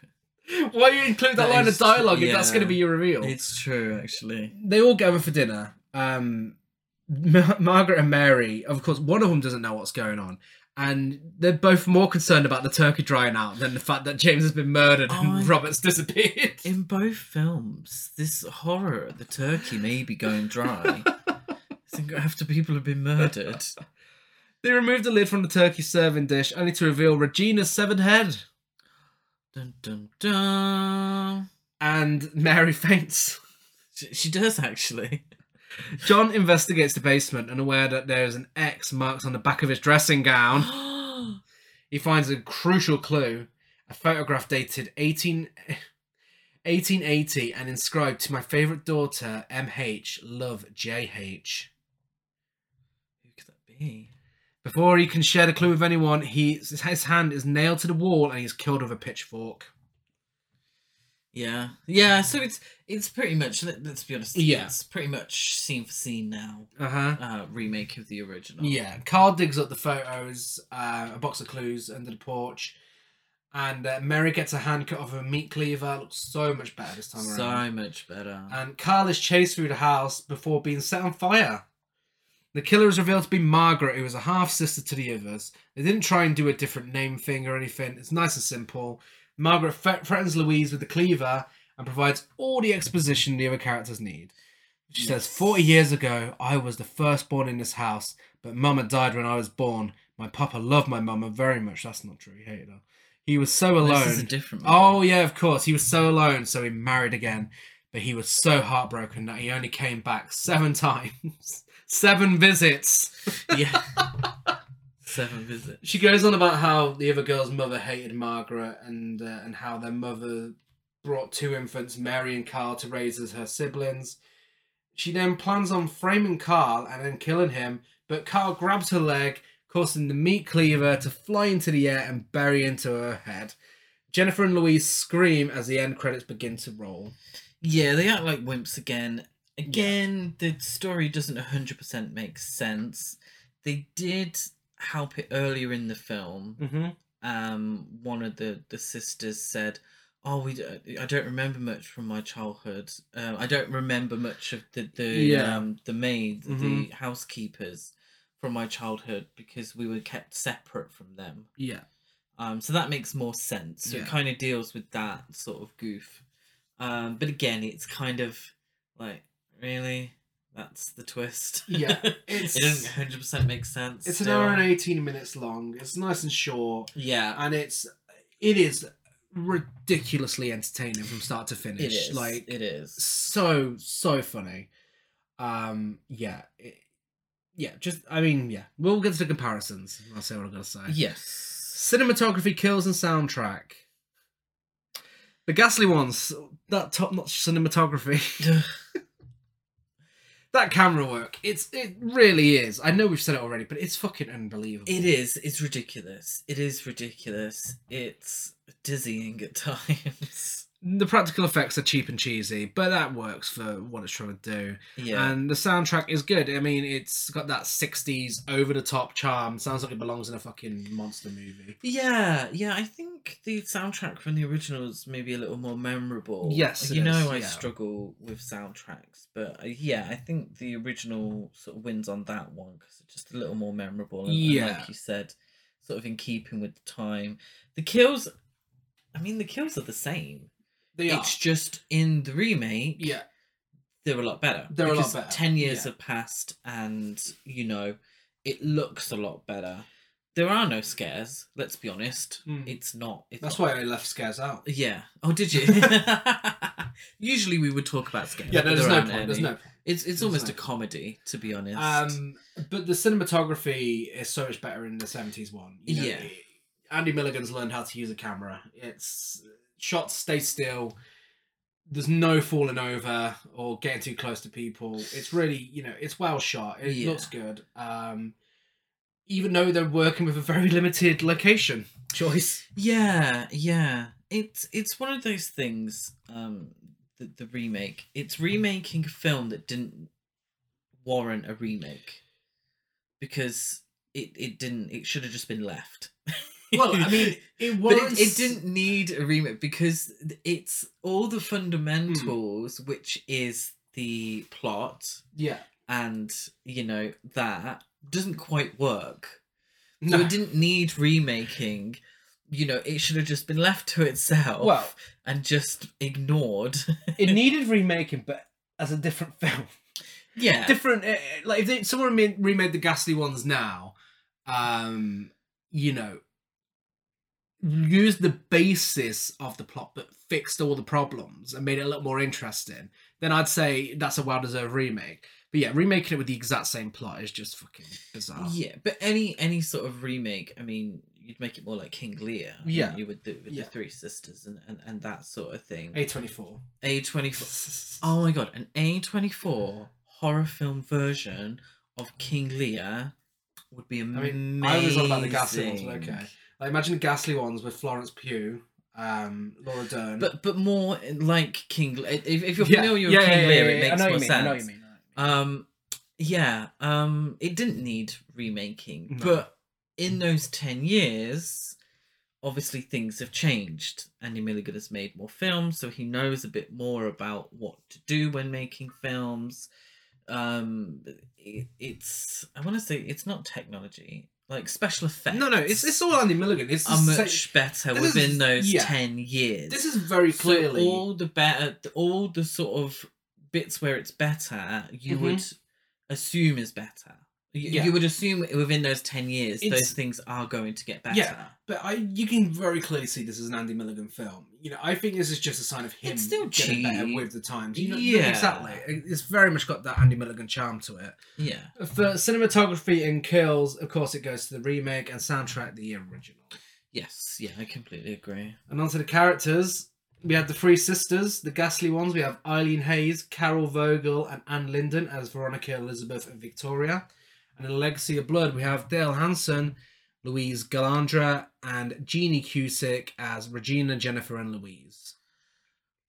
Why you include that, That line is of dialogue tr- if that's yeah. going to be your reveal? It's true, actually. they all gather for dinner. Um, Ma- Margaret and Mary, of course, one of them doesn't know what's going on, and they're both more concerned about the turkey drying out than the fact that James has been murdered Oh, I- and Robert's disappeared. In both films, this horror of the turkey may be going dry. I think after people have been murdered. they remove the lid from the turkey serving dish, only to reveal Regina's severed head, Dun dun dun. and Mary faints. She, she does, actually. John investigates the basement, unaware that there is an X marked on the back of his dressing gown. he finds a crucial clue a photograph dated 18, 1880 and inscribed to my favorite daughter mh love jh Who could that be? Before he can share the clue with anyone, he his hand is nailed to the wall and he's killed with a pitchfork. Yeah, yeah. So it's it's pretty much. Let, let's be honest. Yeah. it's pretty much scene for scene now. Uh huh. Uh, remake of the original. Yeah, Carl digs up the photos, uh, a box of clues under the porch, and uh, Mary gets a hand cut off of a meat cleaver. Looks so much better this time around. so much better. And Carl is chased through the house before being set on fire. The killer is revealed to be Margaret, who is a half sister to the others. They didn't try and do a different name thing or anything. It's nice and simple. Margaret thre- threatens Louise with the cleaver and provides all the exposition the other characters need. She says, 40 years ago, I was the firstborn in this house, but Mama died when I was born. My papa loved my Mama very much. That's not true. He hated her. He was so alone. This is a different. one. Oh yeah, of course. He was so alone, so he married again. But he was so heartbroken that he only came back seven times. seven visits. yeah. Seven visits. She goes on about how the other girl's mother hated Margaret and uh, and how their mother brought two infants, Mary and Carl, to raise as her siblings. She then plans on framing Carl and then killing him, but Carl grabs her leg, causing the meat cleaver to fly into the air and bury into her head. Jennifer and Louise scream as the end credits begin to roll. Yeah, they act like wimps again. Again, the story doesn't hundred percent make sense. They did help it earlier in the film. Mm-hmm. um one of the the sisters said oh we d- i don't remember much from my childhood um i don't remember much of the the Yeah. um the maid the Mhm. housekeepers from my childhood because we were kept separate from them Yeah. um so that makes more sense so Yeah. it kind of deals with that sort of goof um but again it's kind of like really that's the twist Yeah, it it's- doesn't 100% make sense It's an still. hour and 18 minutes long. It's nice and short. yeah and it's it is ridiculously entertaining from start to finish. it is Like it is so so funny. Um, yeah, it, yeah. Just I mean, yeah. We'll get to the comparisons. I'll say what I'm gonna say. yes Cinematography, kills, and soundtrack. The Ghastly Ones. That top-notch cinematography. Ugh. that camera work. It's it really is. I know we've said it already, but it's fucking unbelievable. It is. It's ridiculous. It is ridiculous. It's dizzying at times. the practical effects are cheap and cheesy, but that works for what it's trying to do. Yeah. And the soundtrack is good. I mean, it's got that 60s over the top charm. Sounds like it belongs in a fucking monster movie. yeah, yeah. I think the soundtrack from the original is maybe a little more memorable. Yes, you it know is, I yeah. struggle with soundtracks, but uh, yeah, I think the original sort of wins on that one because it's just a little more memorable. And, and Yeah. like you said, sort of in keeping with the time. The kills, I mean, the kills are the same. They It's just in the remake. Yeah. they're a lot better. They're a lot because better, Ten years yeah. have passed, and you know, it looks a lot better. There are no scares. Let's be honest. Mm. It's not. It's That's not- why I left Scares out. Yeah. Oh, did you? Usually we would talk about scares. Yeah, but no, there's there no aren't point. There's any. no point. It's it's there's almost no a comedy, to be honest. Um, but the cinematography is so much better in the 70s one. You know, Yeah. Andy Milligan's learned how to use a camera. It's shots stay still. There's no falling over or getting too close to people. It's really, you know, it's well shot. It Yeah. looks good. Um, even though they're working with a very limited location choice. Yeah, yeah. It's it's one of those things. Um, the, the remake. It's Mm. remaking a film that didn't warrant a remake because it it didn't. It should have just been left. Well, I mean, it But was. it, it didn't need a remake because it's all Mm. the fundamentals, which is the plot Yeah. and you know that doesn't quite work. No. So it didn't need remaking. You know, it should have just been left to itself Well- and just ignored. it needed remaking, but as a different film. yeah. different. Uh, like if they, someone remade, remade the Ghastly ones now, um, you know, used the basis of the plot but fixed all the problems and made it a little more interesting, then I'd say that's a well-deserved remake. But yeah, remaking it with the exact same plot is just fucking bizarre. yeah, but any any sort of remake, I mean, you'd make it more like King Lear. wouldn't Yeah. You would do with Yeah. the three sisters and, and, and that sort of thing. A twenty four. A twenty four Oh my god, an A twenty four horror film version of King Lear would be amazing. I mean, I always thought about the ghastly ones, but okay. Like, imagine ghastly ones with Florence Pugh, um, Laura Dern. But but more like King. Le- If, if you're Yeah. familiar with Yeah, King yeah, Lear, yeah, it yeah, makes I know more you mean. sense. I know you mean. Um, yeah. Um, it didn't need No. remaking, Mm. but in those ten years, obviously things have changed. Andy Milligan has made more films, so he knows a bit more about what to do when making films. Um, it, it's I want to say it's not technology like special effects. no, no, it's it's all Andy Milligan. It's the are sa- much better this is- within those yeah. ten years. This is very So clearly. all the better, all the sort of bits where it's better, you Mhm. would assume is better. You, Yeah. you would assume within those ten years, those It's- things are going to get better. Yeah. But I, you can very clearly see this is an Andy Milligan film. You know, I think this is just a sign of him It's still getting better cheap. with the times. You know, Yeah. exactly. It's very much got that Andy Milligan charm to it. yeah. For cinematography and kills, of course, it goes to the remake and soundtrack, the original. Yes, yeah, I completely agree. And onto the characters, we had the three sisters, the ghastly ones. We have Eileen Hayes, Carol Vogel, and Anne Linden as Veronica, Elizabeth, and Victoria. And in Legacy of Blood, we have Dale Hansen, Louise Galandra, and Jeannie Cusick as Regina, Jennifer, and Louise.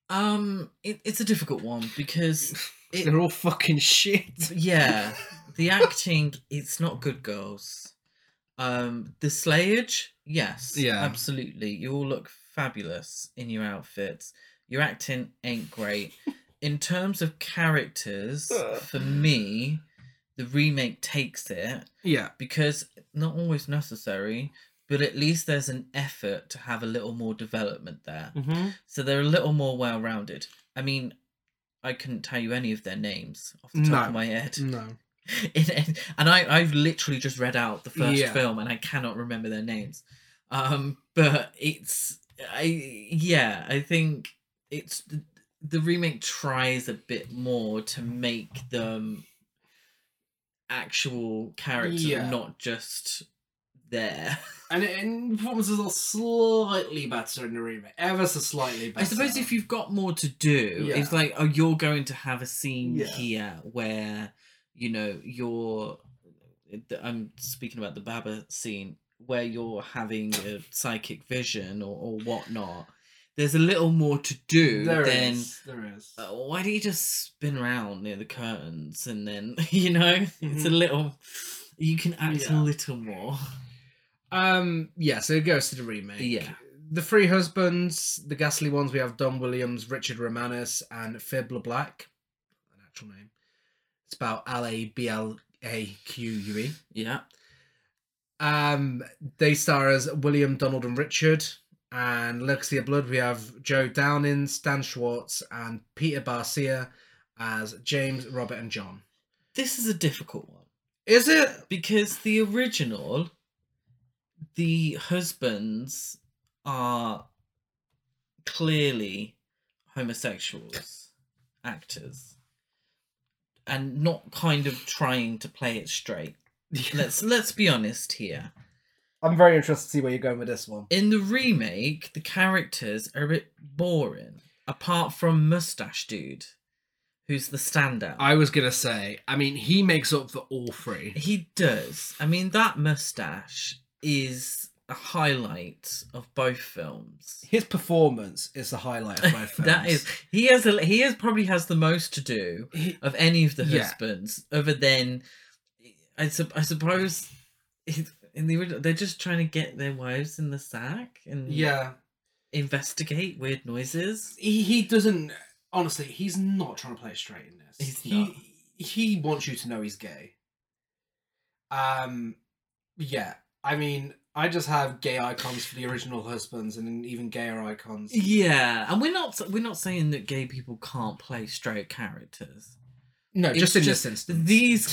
Um, it, it's a difficult one because it, They're all fucking shit. yeah, the acting it's not good, girls. Um, the slayage, yes, Yeah. absolutely. You all look fabulous in your outfits. Your acting ain't great. in terms of characters, for me, the remake takes it Yeah. because not always necessary, but at least there's an effort to have a little more development there. Mm-hmm. So they're a little more well rounded. I mean, I couldn't tell you any of their names off the top No. of my head. No. In it- and I, I've literally just read out the first Yeah. film and I cannot remember their names. Um, but it's, I yeah, I think it's the, the remake tries a bit more to make them actual characters, Yeah. not just there. And, and performances are slightly better in the remake. Ever so slightly better. I suppose if you've got more to do, Yeah. it's like, oh, you're going to have a scene Yeah. here where, you know, you're. th- I'm speaking about the Baba scene where you're having a psychic vision or, or whatnot. There's a little more to do There than. is, There is. uh, Why do you just spin around near the curtains and then, you know, it's a Mhm. little. You can act Yeah. a little more. Um, yeah, so it goes to the remake. Yeah. The Three Husbands, the ghastly ones, we have Don Williams, Richard Romanus, and Fibla Black. An actual name. It's about L A B L A Q U E. Yeah. Um, they star as William, Donald, and Richard. And Legacy of Blood, we have Joe Downing, Stan Schwartz, and Peter Barcia as James, Robert, and John. This is a difficult one. Is it? because the original the husbands are clearly homosexuals actors and not kind of trying to play it straight let's let's be honest here I'm very interested to see where you're going with this one. in the remake the characters are a bit boring apart from mustache dude who's the standout I was gonna say, I mean, he makes up for all three. He does. I mean, that mustache is a highlight of both films. His performance is the highlight of my films. That is, he has a he has probably has the most to do He- of any of the Yeah. husbands, other than I, sup- I suppose in the original they're just trying to get their wives in the sack and yeah. investigate weird noises. He he doesn't. Honestly, he's not trying to play it straight in this. He's he not. he wants you to know he's gay. Um, yeah. I mean, I just have gay icons for the original husbands, and then even gayer icons. Yeah, and we're not we're not saying that gay people can't play straight characters. No, It's just in this instance. these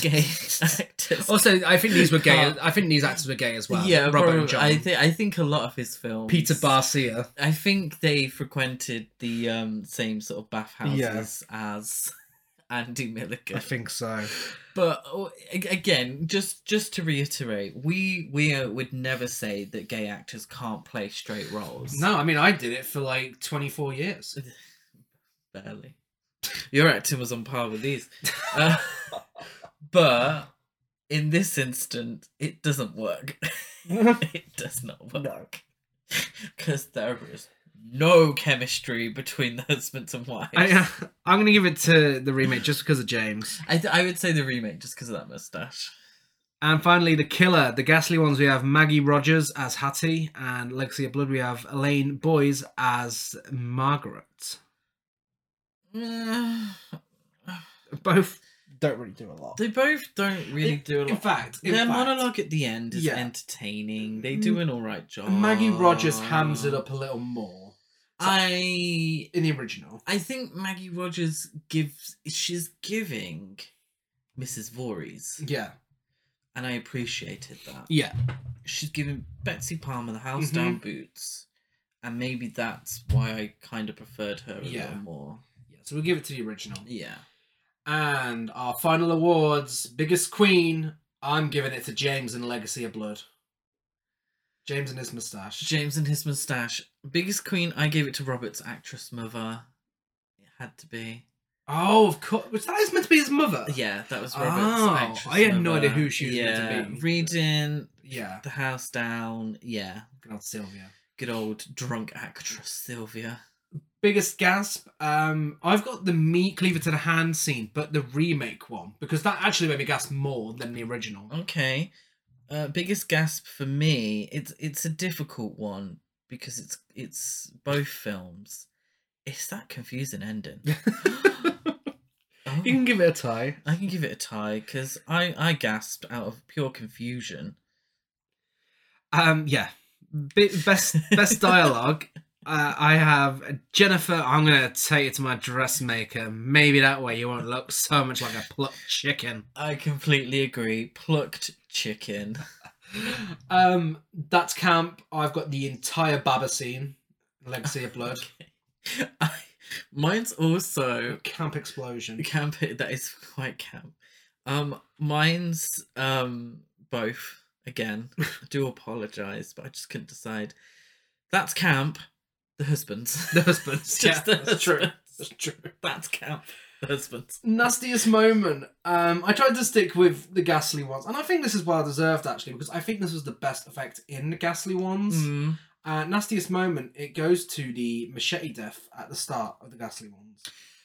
gay actors. also, I think these were gay. Can't. I think these actors were gay as well. yeah, Robert probably, and John. I think I think a lot of his films. Peter Barcia. I think they frequented the um, same sort of bathhouses as Andy Milligan. I think so. But oh, a- again, just just to reiterate, we we uh, would never say that gay actors can't play straight roles. No, I mean, I did it for like twenty four years. barely. Your acting was on par with these, Uh, but in this instant, it doesn't work. it does not work. Because there is no chemistry between the husbands and wives. I, uh, I'm going to give it to the remake just because of James. I, th- I would say the remake just because of that mustache. And finally, the killer, the ghastly ones. We have Maggie Rogers as Hattie, and Legacy of Blood. We have Elaine Boys as Margaret. Mm, Both don't really do a lot. they both don't really In- do a lot. In fact, in Their fact, monologue at the end is Yeah. Mm. entertaining. They do an all right job. Maggie Rogers Oh. hams it up a little more I in the original. I think Maggie Rogers gives she's giving Mrs. Voorhees, Yeah, and I appreciated that. yeah, She's giving Betsy Palmer the house Mm-hmm. down boots, and maybe that's why I kind of preferred her a Yeah. little more. yeah. So we'll give it to the original. Yeah, And our final awards, biggest queen. I'm giving it to James and Legacy of Blood. James and his moustache. James and his mustache, biggest queen. I gave it to Robert's actress mother. It had to be. Oh, of course. Which that is meant to be his mother. Yeah, that was Oh, Robert's actress. I had no mother. idea who she was meant to Yeah, be. reading Yeah. the house down. Yeah, God, Sylvia. good old drunk actress Sylvia. Biggest gasp. Um, I've got the meat cleaver to the hand scene, but the remake one because that actually made me gasp more than the original. Okay. Uh, biggest gasp for me. It's it's a difficult one because it's it's both films. It's that confusing ending. Oh, You can give it a tie. I can give it a tie because I I gasped out of pure confusion. Um, yeah, Bi best best dialogue. Uh, I have Jennifer. I'm gonna take you to my dressmaker. Maybe that way you won't look so much like a plucked chicken. I completely agree. Plucked chicken. Um, that's camp. I've got the entire Baba scene, Legacy of Blood, I, mine's also camp explosion. camp. eh, That is quite camp. Um, mine's um both again. I do apologize, but I just couldn't decide. That's camp. The husbands. The husbands. Just yeah, the that's true. husbands. That's true. That's camp. The husbands. Nastiest moment. Um, I tried to stick with the ghastly ones, and I think this is well deserved actually because I think this was the best effect in the ghastly ones. Mm. Uh, nastiest moment, it goes to the machete death at the start of the Ghastly Ones.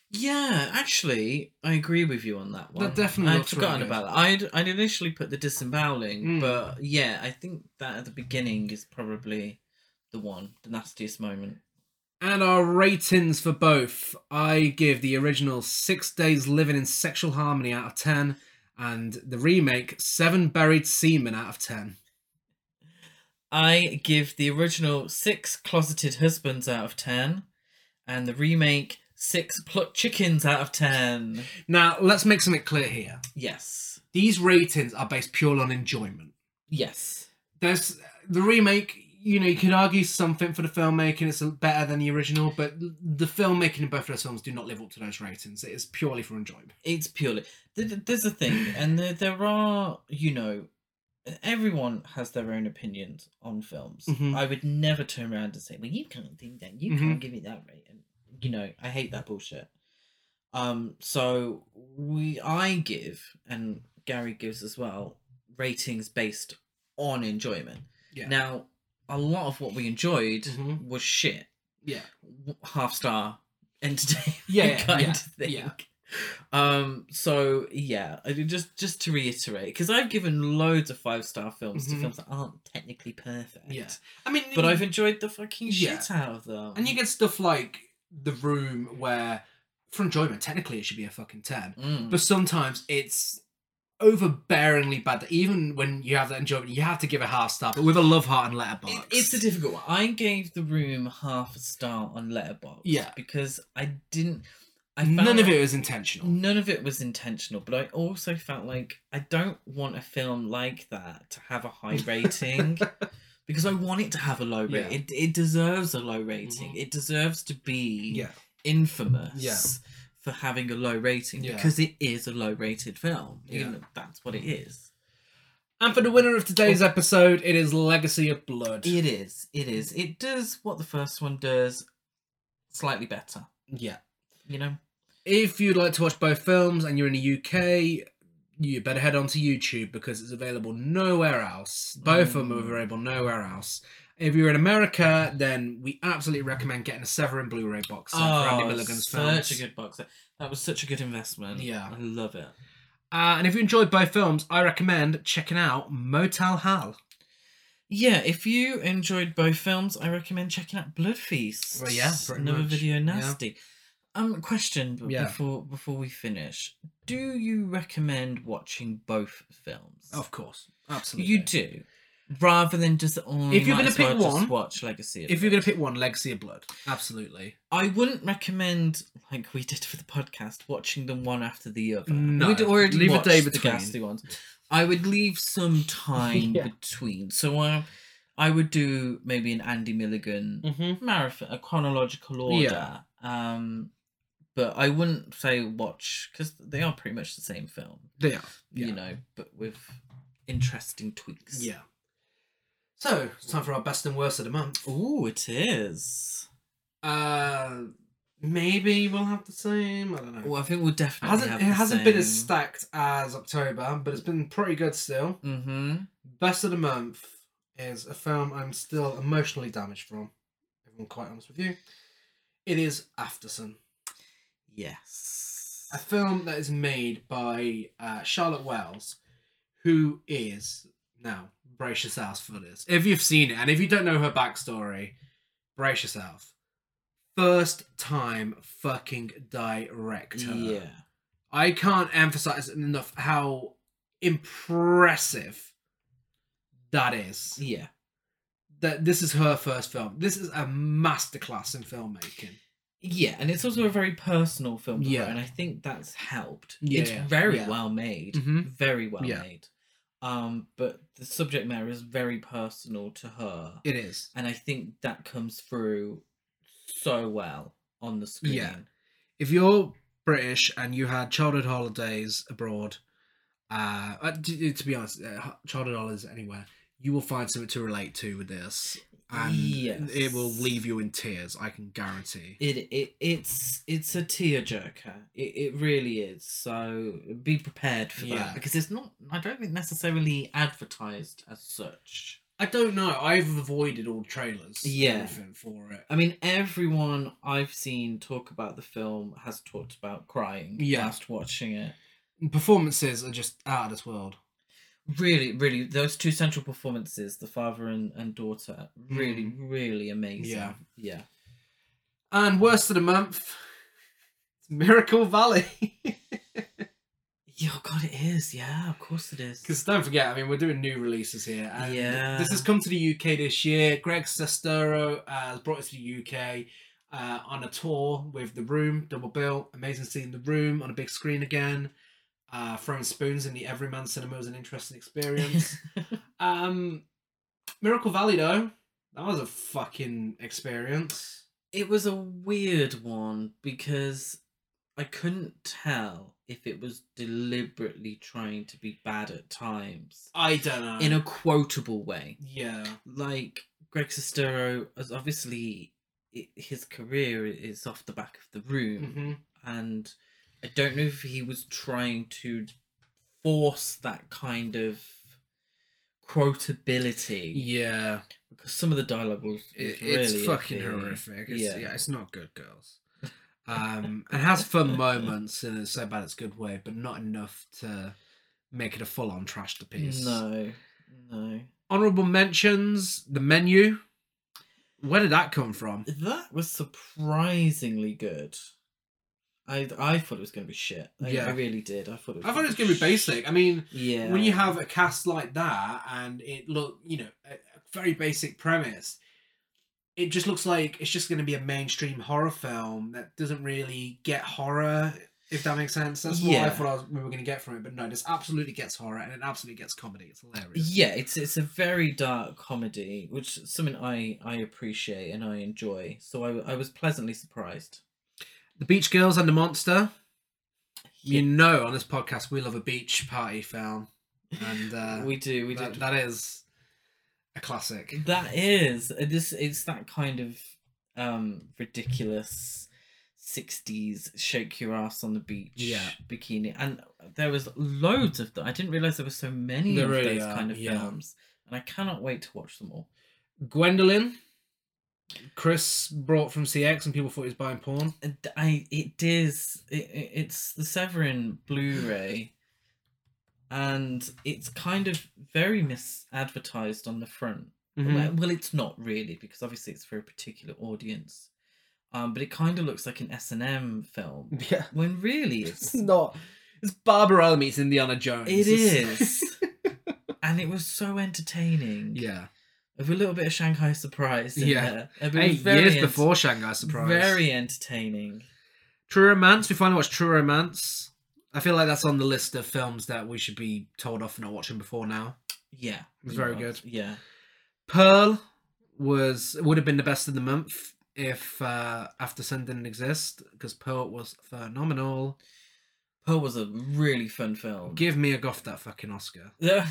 Yeah, actually, I agree with you on that one. definitely I'd looks really forgotten good. about that. I'd I'd initially put the disemboweling, Mm. but yeah, I think that at the beginning is probably the one, the nastiest moment. And our ratings for both. I give the original Six Days Living in Sexual Harmony out of 10, and the remake Seven Buried Seamen out of 10. I give the original six closeted husbands out of ten, and the remake six plucked chickens out of ten. Now, let's make something clear here. Yes, These ratings are based purely on enjoyment. yes, There's the remake. You know, you could argue something for the filmmaking; it's better than the original. But the filmmaking in both of those films do not live up to those ratings. It is purely for enjoyment. it's purely. th- th- There's a thing, and there, there are you know, everyone has their own opinions on films. Mhm. I would never turn around and say, "Well, you can't think that. You Mhm. can't give it that rating." You know, I hate that bullshit. Um, so we, I give, and Gary gives as well, ratings based on enjoyment. Yeah. Now, a lot of what we enjoyed Mhm. was shit, Yeah. w- half star entertainment Yeah, yeah, kind yeah, of thing. yeah. Um. So yeah, I do- just just to reiterate, because I've given loads of five star films Mhm. to films that aren't technically perfect. Yeah. I mean, But I've enjoyed the fucking Yeah. shit out of them. And you get stuff like The Room, where for enjoyment, technically it should be a fucking 10. Mm. But sometimes it's overbearingly bad that even when you have that enjoyment, you have to give a half star, but with a love heart and It- letterbox. it's a difficult one. I gave the room half a star on Letterbox. Yeah. Because I didn't. I found None of that- it was intentional. None of it was intentional, but I also felt like I don't want a film like that to have a high rating because I want it to have a low rating. Yeah. It, it deserves a low rating. It deserves to be Yeah. infamous Yeah. for having a low rating Yeah. because it is a low rated film. Yeah. You know, that's what it is. And for the winner of today's Oh. episode, it is Legacy of Blood. It is. It is. It does what the first one does slightly better, Yeah. you know? If you'd like to watch both films and you're in the UK, you better head onto YouTube because it's available nowhere else. Both of them Mm. are available nowhere else. If you're in America, then we absolutely recommend getting a Severin Blu-ray box set for Andy Milligan's Oh, such films. a good box. set. That was such a good investment. Yeah. I love it. Uh, and if you enjoyed both films, I recommend checking out Motel Hal. Yeah, if you enjoyed both films, I recommend checking out Blood Feast. Well, yeah, pretty another much, video yeah. nasty. Um, question b- Yeah. before before we finish: Do you recommend watching both films? Of course, Oh, absolutely. you do, rather than just oh, If you you're might gonna as well pick just one- watch Legacy. Of If you're gonna Blood. pick one, Legacy of Blood, absolutely. I wouldn't recommend like we did for the podcast watching them one after the other. No, We'd already leave a watched day the between. ghastly ones. I would leave some time between. So I, I would do maybe an Andy Milligan Mm-hmm. marathon, a chronological Yeah. order. Um, but I wouldn't say watch because they are pretty much the same film, They are. Yeah. you know, but with interesting tweaks. Yeah. So it's time for our best and worst of the month. Oh, it is. Uh, maybe we'll have the same. I don't know. Well, I think we'll It definitely hasn't have it the hasn't been as same. stacked as October, but it's been pretty good still. Mhm. Best of the month is a film I'm still emotionally damaged from. If I'm quite honest with you, it is Afterson, Yes. a film that is made by uh, Charlotte Wells, who is now brace yourselves for this. If you've seen it, and if you don't know her backstory, brace yourself. First time fucking director. Yeah. I can't emphasize enough how impressive that is. Yeah. That this is her first film. This is a masterclass in filmmaking. Yeah, and it's also a very personal film. for her, Yeah. and I think that's helped. Yeah, it's yeah, very yeah. well made. Mhm. Very well Yeah. made. Um, but the subject matter is very personal to her, It is. and I think that comes through so well on the screen. Yeah. If you're British and you had childhood holidays abroad, uh, uh, to, to be honest, uh, ho- childhood holidays anywhere, you will find something to relate to with this, and Yes. it will leave you in tears. I can guarantee. It, it it's it's a tearjerker. It it really is. So be prepared for Yeah. that because it's not. I don't think necessarily advertised as such. I don't know. I've avoided all trailers. and Yeah. everything for it. I mean, everyone I've seen talk about the film has talked about crying Yeah. whilst watching it. Performances are just out of this world. Really, really, those two central performances, the father and, and daughter, really, really amazing. Mm. Yeah. Yeah. And worst of the month, it's Miracle Valley. Yeah, oh God, it is. Yeah, of course it is. Because don't forget, I mean, we're doing new releases here. And Yeah. This has come to the UK this year. Greg Sestero uh, has brought it to the UK uh, on a tour with The Room, Double Bill. Amazing seeing The Room on a big screen again. Uh, throwing spoons in the Everyman cinema was an interesting experience. um, Miracle Valley, though, that was a fucking experience. it was a weird one because I couldn't tell if it was deliberately trying to be bad at times I don't know. in a quotable way. yeah. like Greg Sestero, as obviously i his career is off the back of the room, hmm and I don't know if he was trying to force that kind of quotability Yeah. because some of the dialogue was, was It, really it's fucking iffy. horrific. It's, yeah. yeah, it's not good, girls. Um, and has fun moments in a so bad it's good way, but not enough to make it a full on trash to piece. no, no. Honorable mentions: the menu. Where did that come from? That was surprisingly good. I I thought it was going to be shit. I, Yeah. I really did. I thought it was I thought it was gonna gonna be basic. I mean, Yeah, when you have a cast like that and it look, you know, a, a very basic premise, it just looks like it's just gonna be a mainstream horror film that doesn't really get horror. If that makes sense, that's what I Yeah. thought I was, we were going to get from it. But no, this absolutely gets horror and it absolutely gets comedy. It's hilarious. yeah it's it's a very dark comedy which is something i i appreciate and i enjoy so i, I was pleasantly surprised The Beach Girls and the Monster. Yeah. You know, on this podcast, we love a beach party film, and uh, we do we that- did that is a classic. that is uh, this it's that kind of um ridiculous sixties shake your ass on the beach Yeah. bikini. And there was loads of them. I didn't realise there were so many There of really those are, kind of yeah. films. And I cannot wait to watch them all. Gwendolyn. Chris brought from CX and people thought he was buying porn. And I it is it, it- it's the Severin Blu-ray, and it's kind of very misadvertised on the front. Mm-hmm. Well, well, it's not really because obviously it's for a particular audience, um, but it kind of looks like an S and M film Yeah. when really it's not. It's Barbara meets Indiana Jones. it is, and it was so entertaining. yeah. with a little bit of Shanghai Surprise. In Yeah. there. It was Eight very years ent- before Shanghai Surprise. Very entertaining. True Romance. We finally watched True Romance. I feel like that's on the list of films that we should be told off for not watching before now. Yeah, It was very Yeah. good. Yeah. Pearl was would have been the best of the month if uh, After Sun didn't exist because Pearl was phenomenal. Pearl was a really fun film. Give me a goff that fucking Oscar. Yeah,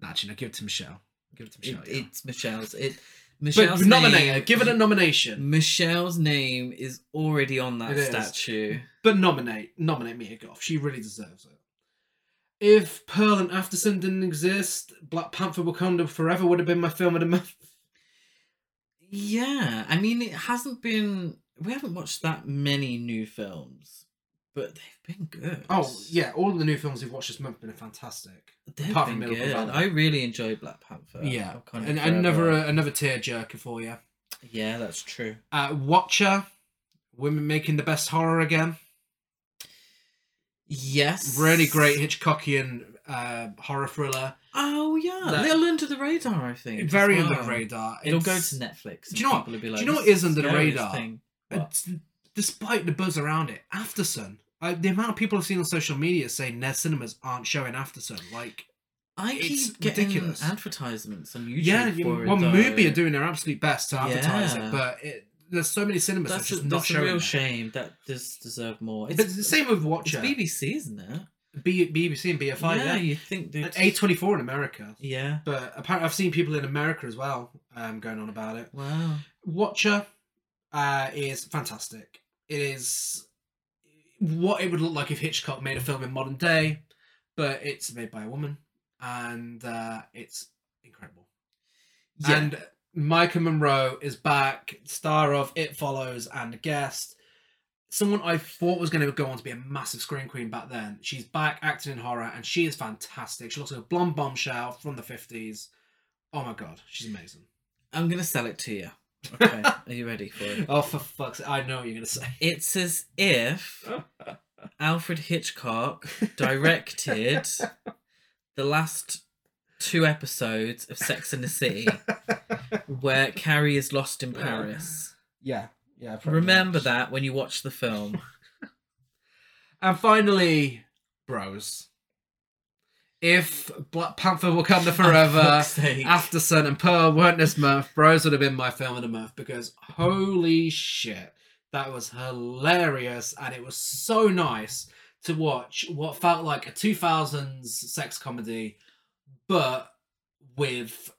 Nah, Actually, no, give it to Michelle. Give it to it, Michelle. yeah. it's Michelle's. It but Michelle's nominate her. name- Give it a nomination. Michelle's name is already on that It is. statue. But nominate, nominate Mia Goff. She really deserves it. If Pearl and Aftersun didn't exist, Black Panther: Wakanda Forever would have been my film of the month. Yeah, I mean, it hasn't been. We haven't watched that many new films, but they've been good. Oh yeah, all of the new films we've watched this month have been fantastic. they've apart been from Miracle good. Valley. I really enjoy Black Panther. yeah, Wakanda and uh, Forever. another another tearjerker for you. Yeah, that's true. Uh, Watcher, women making the best horror again. Yes, Really great Hitchcockian uh, horror thriller. Oh yeah, That- little under the radar. I think as Very well. under the radar. It'll go to It's- Netflix. Do you know what- people will be do like, you know "This what is the under the scariest radar? thing." What? It's, despite the buzz around it, After Sun. I, the amount of people I've seen on social media saying their cinemas aren't showing After Sun. Like, I keep It's getting ridiculous. advertisements on YouTube. yeah, for you- it, one though. movie are doing their absolute best to advertise Yeah. it, but it, there's so many cinemas that's, That's, a, just not that's a showing. real it. shame. That does deserve more. But it's the same with It's Watcher, BBC, isn't it? B- BBC and BFI. yeah, Yeah, you think they And A24 in America. Yeah. But apparently, I've seen people in America as well um, going on about it. Wow. Watcher uh, is fantastic. It is what it would look like if Hitchcock made a film in modern day, but it's made by a woman, and uh, it's incredible. Yeah. And Micah Monroe is back, star of It Follows and a guest. Someone I thought was going to go on to be a massive screen queen back then. She's back acting in horror, and she is fantastic. She looks like a blonde bombshell from the fifties. Oh my god, she's amazing. I'm gonna sell it to you. Okay. are you ready for it? Oh, for fuck's sake. I know what you're going to say. It's as if Alfred Hitchcock directed the last two episodes of Sex and the City, where Carrie is lost in Paris. Yeah. Yeah. Remember that when you watch the film. And finally, bros. If Black Panther Wakanda Forever, fuck's sake. After Sun, and Pearl weren't this month, Bros would have been my film of the month because holy shit, that was hilarious and it was so nice to watch what felt like a 2000s sex comedy, but with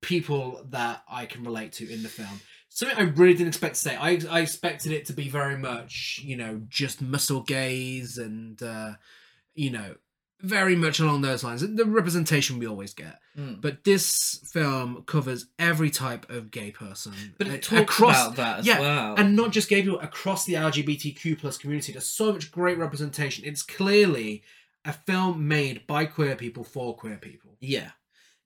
people that I can relate to in the film. Something I really didn't expect to say. I, I expected it to be very much, you know, just muscle gaze and, uh, you know, very much along those lines. The representation we always get. Mm. But this film covers every type of gay person. But it A- talks about that as well. And not just gay people, across the LGBTQ plus community. There's so much great representation. It's clearly a film made by queer people for queer people. Yeah,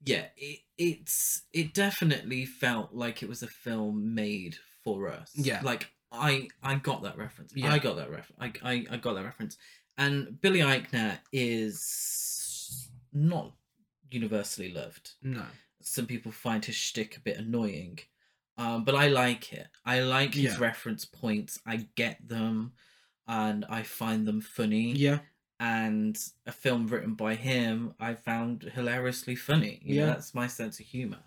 yeah. It, it's it definitely felt like it was a film made for us. Yeah. like I I got that reference. Yeah. I got that ref. I, I I got that reference. And Billy Eichner is not universally loved. No. Some people find his shtick a bit annoying, um, but I like it. I like his Yeah. reference points. I get them, and I find them funny Yeah. and a film written by him I found hilariously funny. You know, Yeah. that's my sense of humour.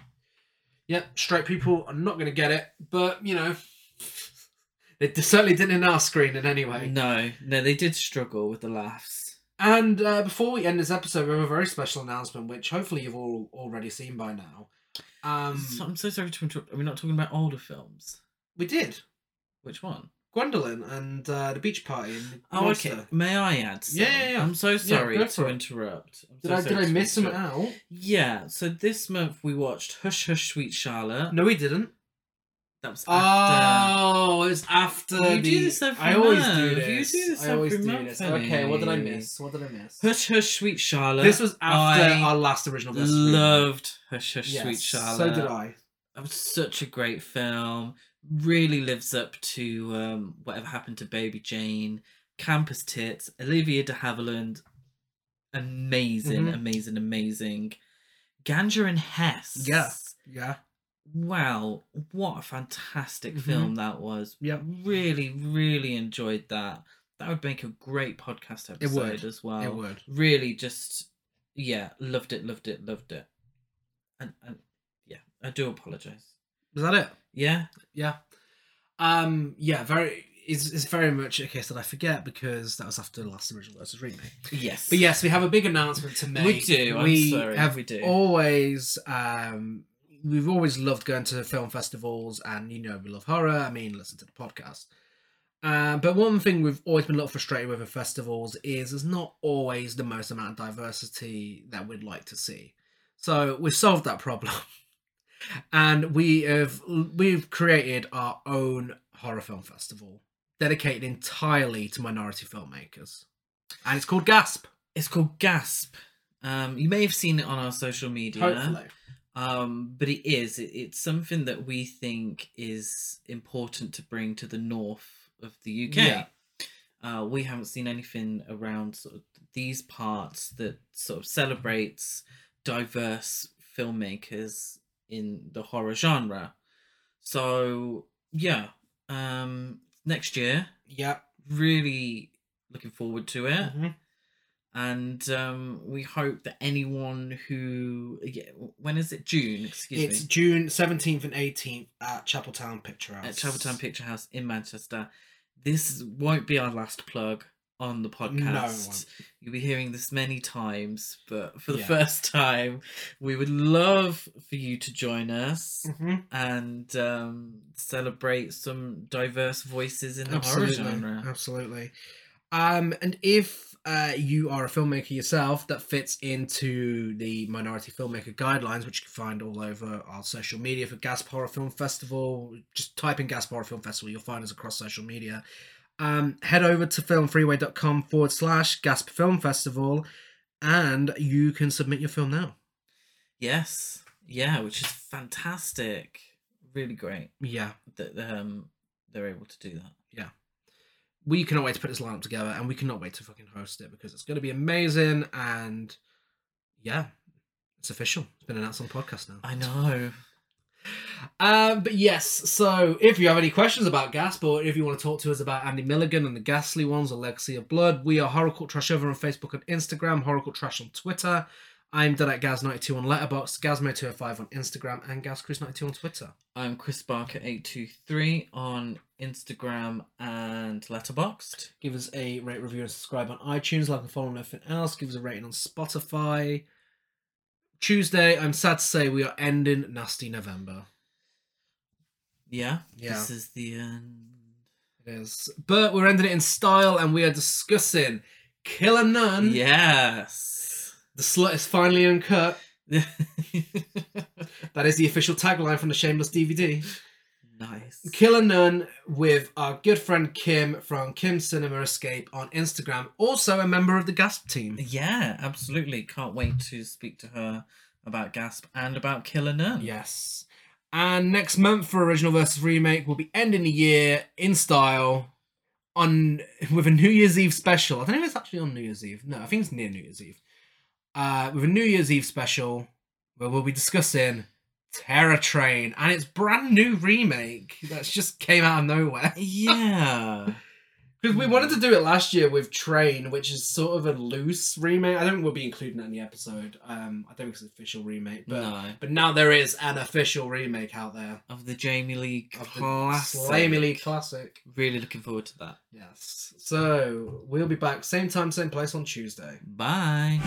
Yep, straight people are not going to get it, but you know, they d- certainly didn't in our screening anyway. No, no, they did struggle with the laughs. And uh, before we end this episode, we have a very special announcement, which hopefully you've all already seen by now. Um, So- I'm so sorry to interrupt. Are we not talking about older films? we did Which one? Gwendolyn and uh, the beach party. In Oh, Munster. okay. May I add? Yeah, yeah, something? yeah. I'm so sorry go to for it. interrupt. I'm Did so I sorry did I to miss some interrupt. out? Yeah. So this month we watched Hush Hush Sweet Charlotte. No, he didn't. That was after. Oh, it's after. You do the- this every I always do month. You this. do this I always every do month, this. Okay, what did I Annie. miss? What did I miss? Hush Hush Sweet Charlotte. This was after I our last original Best Screen. loved Hush Hush Yes, Sweet Charlotte. So did I. It was such a great film. Really lives up to um, whatever happened to Baby Jane, Campus Tits, Olivia de Havilland. Amazing, Mhm. amazing, amazing. Ganja and Hess. Yeah. Yeah. Wow, what a fantastic Mhm. film that was. Yep. Really, really enjoyed that. That would make a great podcast episode It would. as well It would. really just yeah loved it loved it loved it and, and yeah i do apologize Was that it? yeah Yeah. Um. Yeah. Very. It's, it's very much a case that I forget because that was after the last original versus remake. yes But yes, we have a big announcement to make. do, I'm sorry, have we do. always. Um, we've always loved going to film festivals, and you know we love horror. I mean, listen to the podcast. Uh, but one thing we've always been a little frustrated with in festivals is there's not always the most amount of diversity that we'd like to see. So we've solved that problem, and we have we've created our own horror film festival dedicated entirely to minority filmmakers, and it's called Gasp. it's called gasp um you may have seen it on our social media Hopefully. um but it is it, it's something that we think is important to bring to the north of the uk Yeah. uh, we haven't seen anything around sort of these parts that sort of celebrates diverse filmmakers in the horror genre so yeah um next year Yeah. really looking forward to it Mm-hmm. and um we hope that anyone who yeah, when is it june excuse It's me June 17th and 18th at Chapel Town Picture House. at Traveltown Picture House in Manchester. This won't be our last plug on the it podcast. won't. You'll be hearing this many times, but for the Yeah. first time, we would love for you to join us Mhm. and um, celebrate some diverse voices in the Absolutely. horror genre. Absolutely. Um, and if uh, you are a filmmaker yourself that fits into the minority filmmaker guidelines, which you can find all over our social media for Gasp Horror Film Festival, just type in Gasp Horror Film Festival, you'll find us across social media. Um, head over to filmfreeway.com forward slash Gasp Film Festival and you can submit your film now. Yes, yeah, which is fantastic. Really great Yeah. that um, they're able to do that. we cannot wait to put this lineup together and we cannot wait to fucking host it because it's going to be amazing and yeah it's official it's been announced on the podcast now I know. um but yes so if you have any questions about gasp or if you want to talk to us about andy milligan and the ghastly ones or legacy of blood we are horror Cult trash over on facebook and instagram horror Cult trash on twitter i'm dead at gaz92 on letterbox gazmo205 on instagram and gazcruise92 on twitter I'm Chris Barker eight two three on Instagram and Letterboxd. give us a rate review and subscribe on itunes like and follow on everything else give us a rating on spotify tuesday i'm sad to say we are ending nasty november Yeah, Yeah. This is the end. it is but we're ending it in style and we are discussing killer nun Yes. the slut is finally uncut that is the official tagline from the shameless dvd nice. Killer Nun with our good friend Kim from Kim Cinema Escape on Instagram, also a member of the Gasp team. Yeah, absolutely. Can't wait to speak to her about Gasp and about Killer Nun. Yes. And next month for original versus remake, we'll be ending the year in style on with a New Year's Eve special. I don't know if it's actually on New Year's Eve. No, I think it's near New Year's Eve. Uh, with a New Year's Eve special where we'll be discussing Terror Train and its brand new remake that's just came out of nowhere. Yeah. Because we wanted to do it last year with Train, which is sort of a loose remake. I don't think we'll be including it in the episode. Um, I don't think it's an official remake, but no. but now there is an official remake out there Of the Jamie Lee of the classic. Slammy Lee classic. Really looking forward to that. Yes. So we'll be back same time, same place on Tuesday. Bye.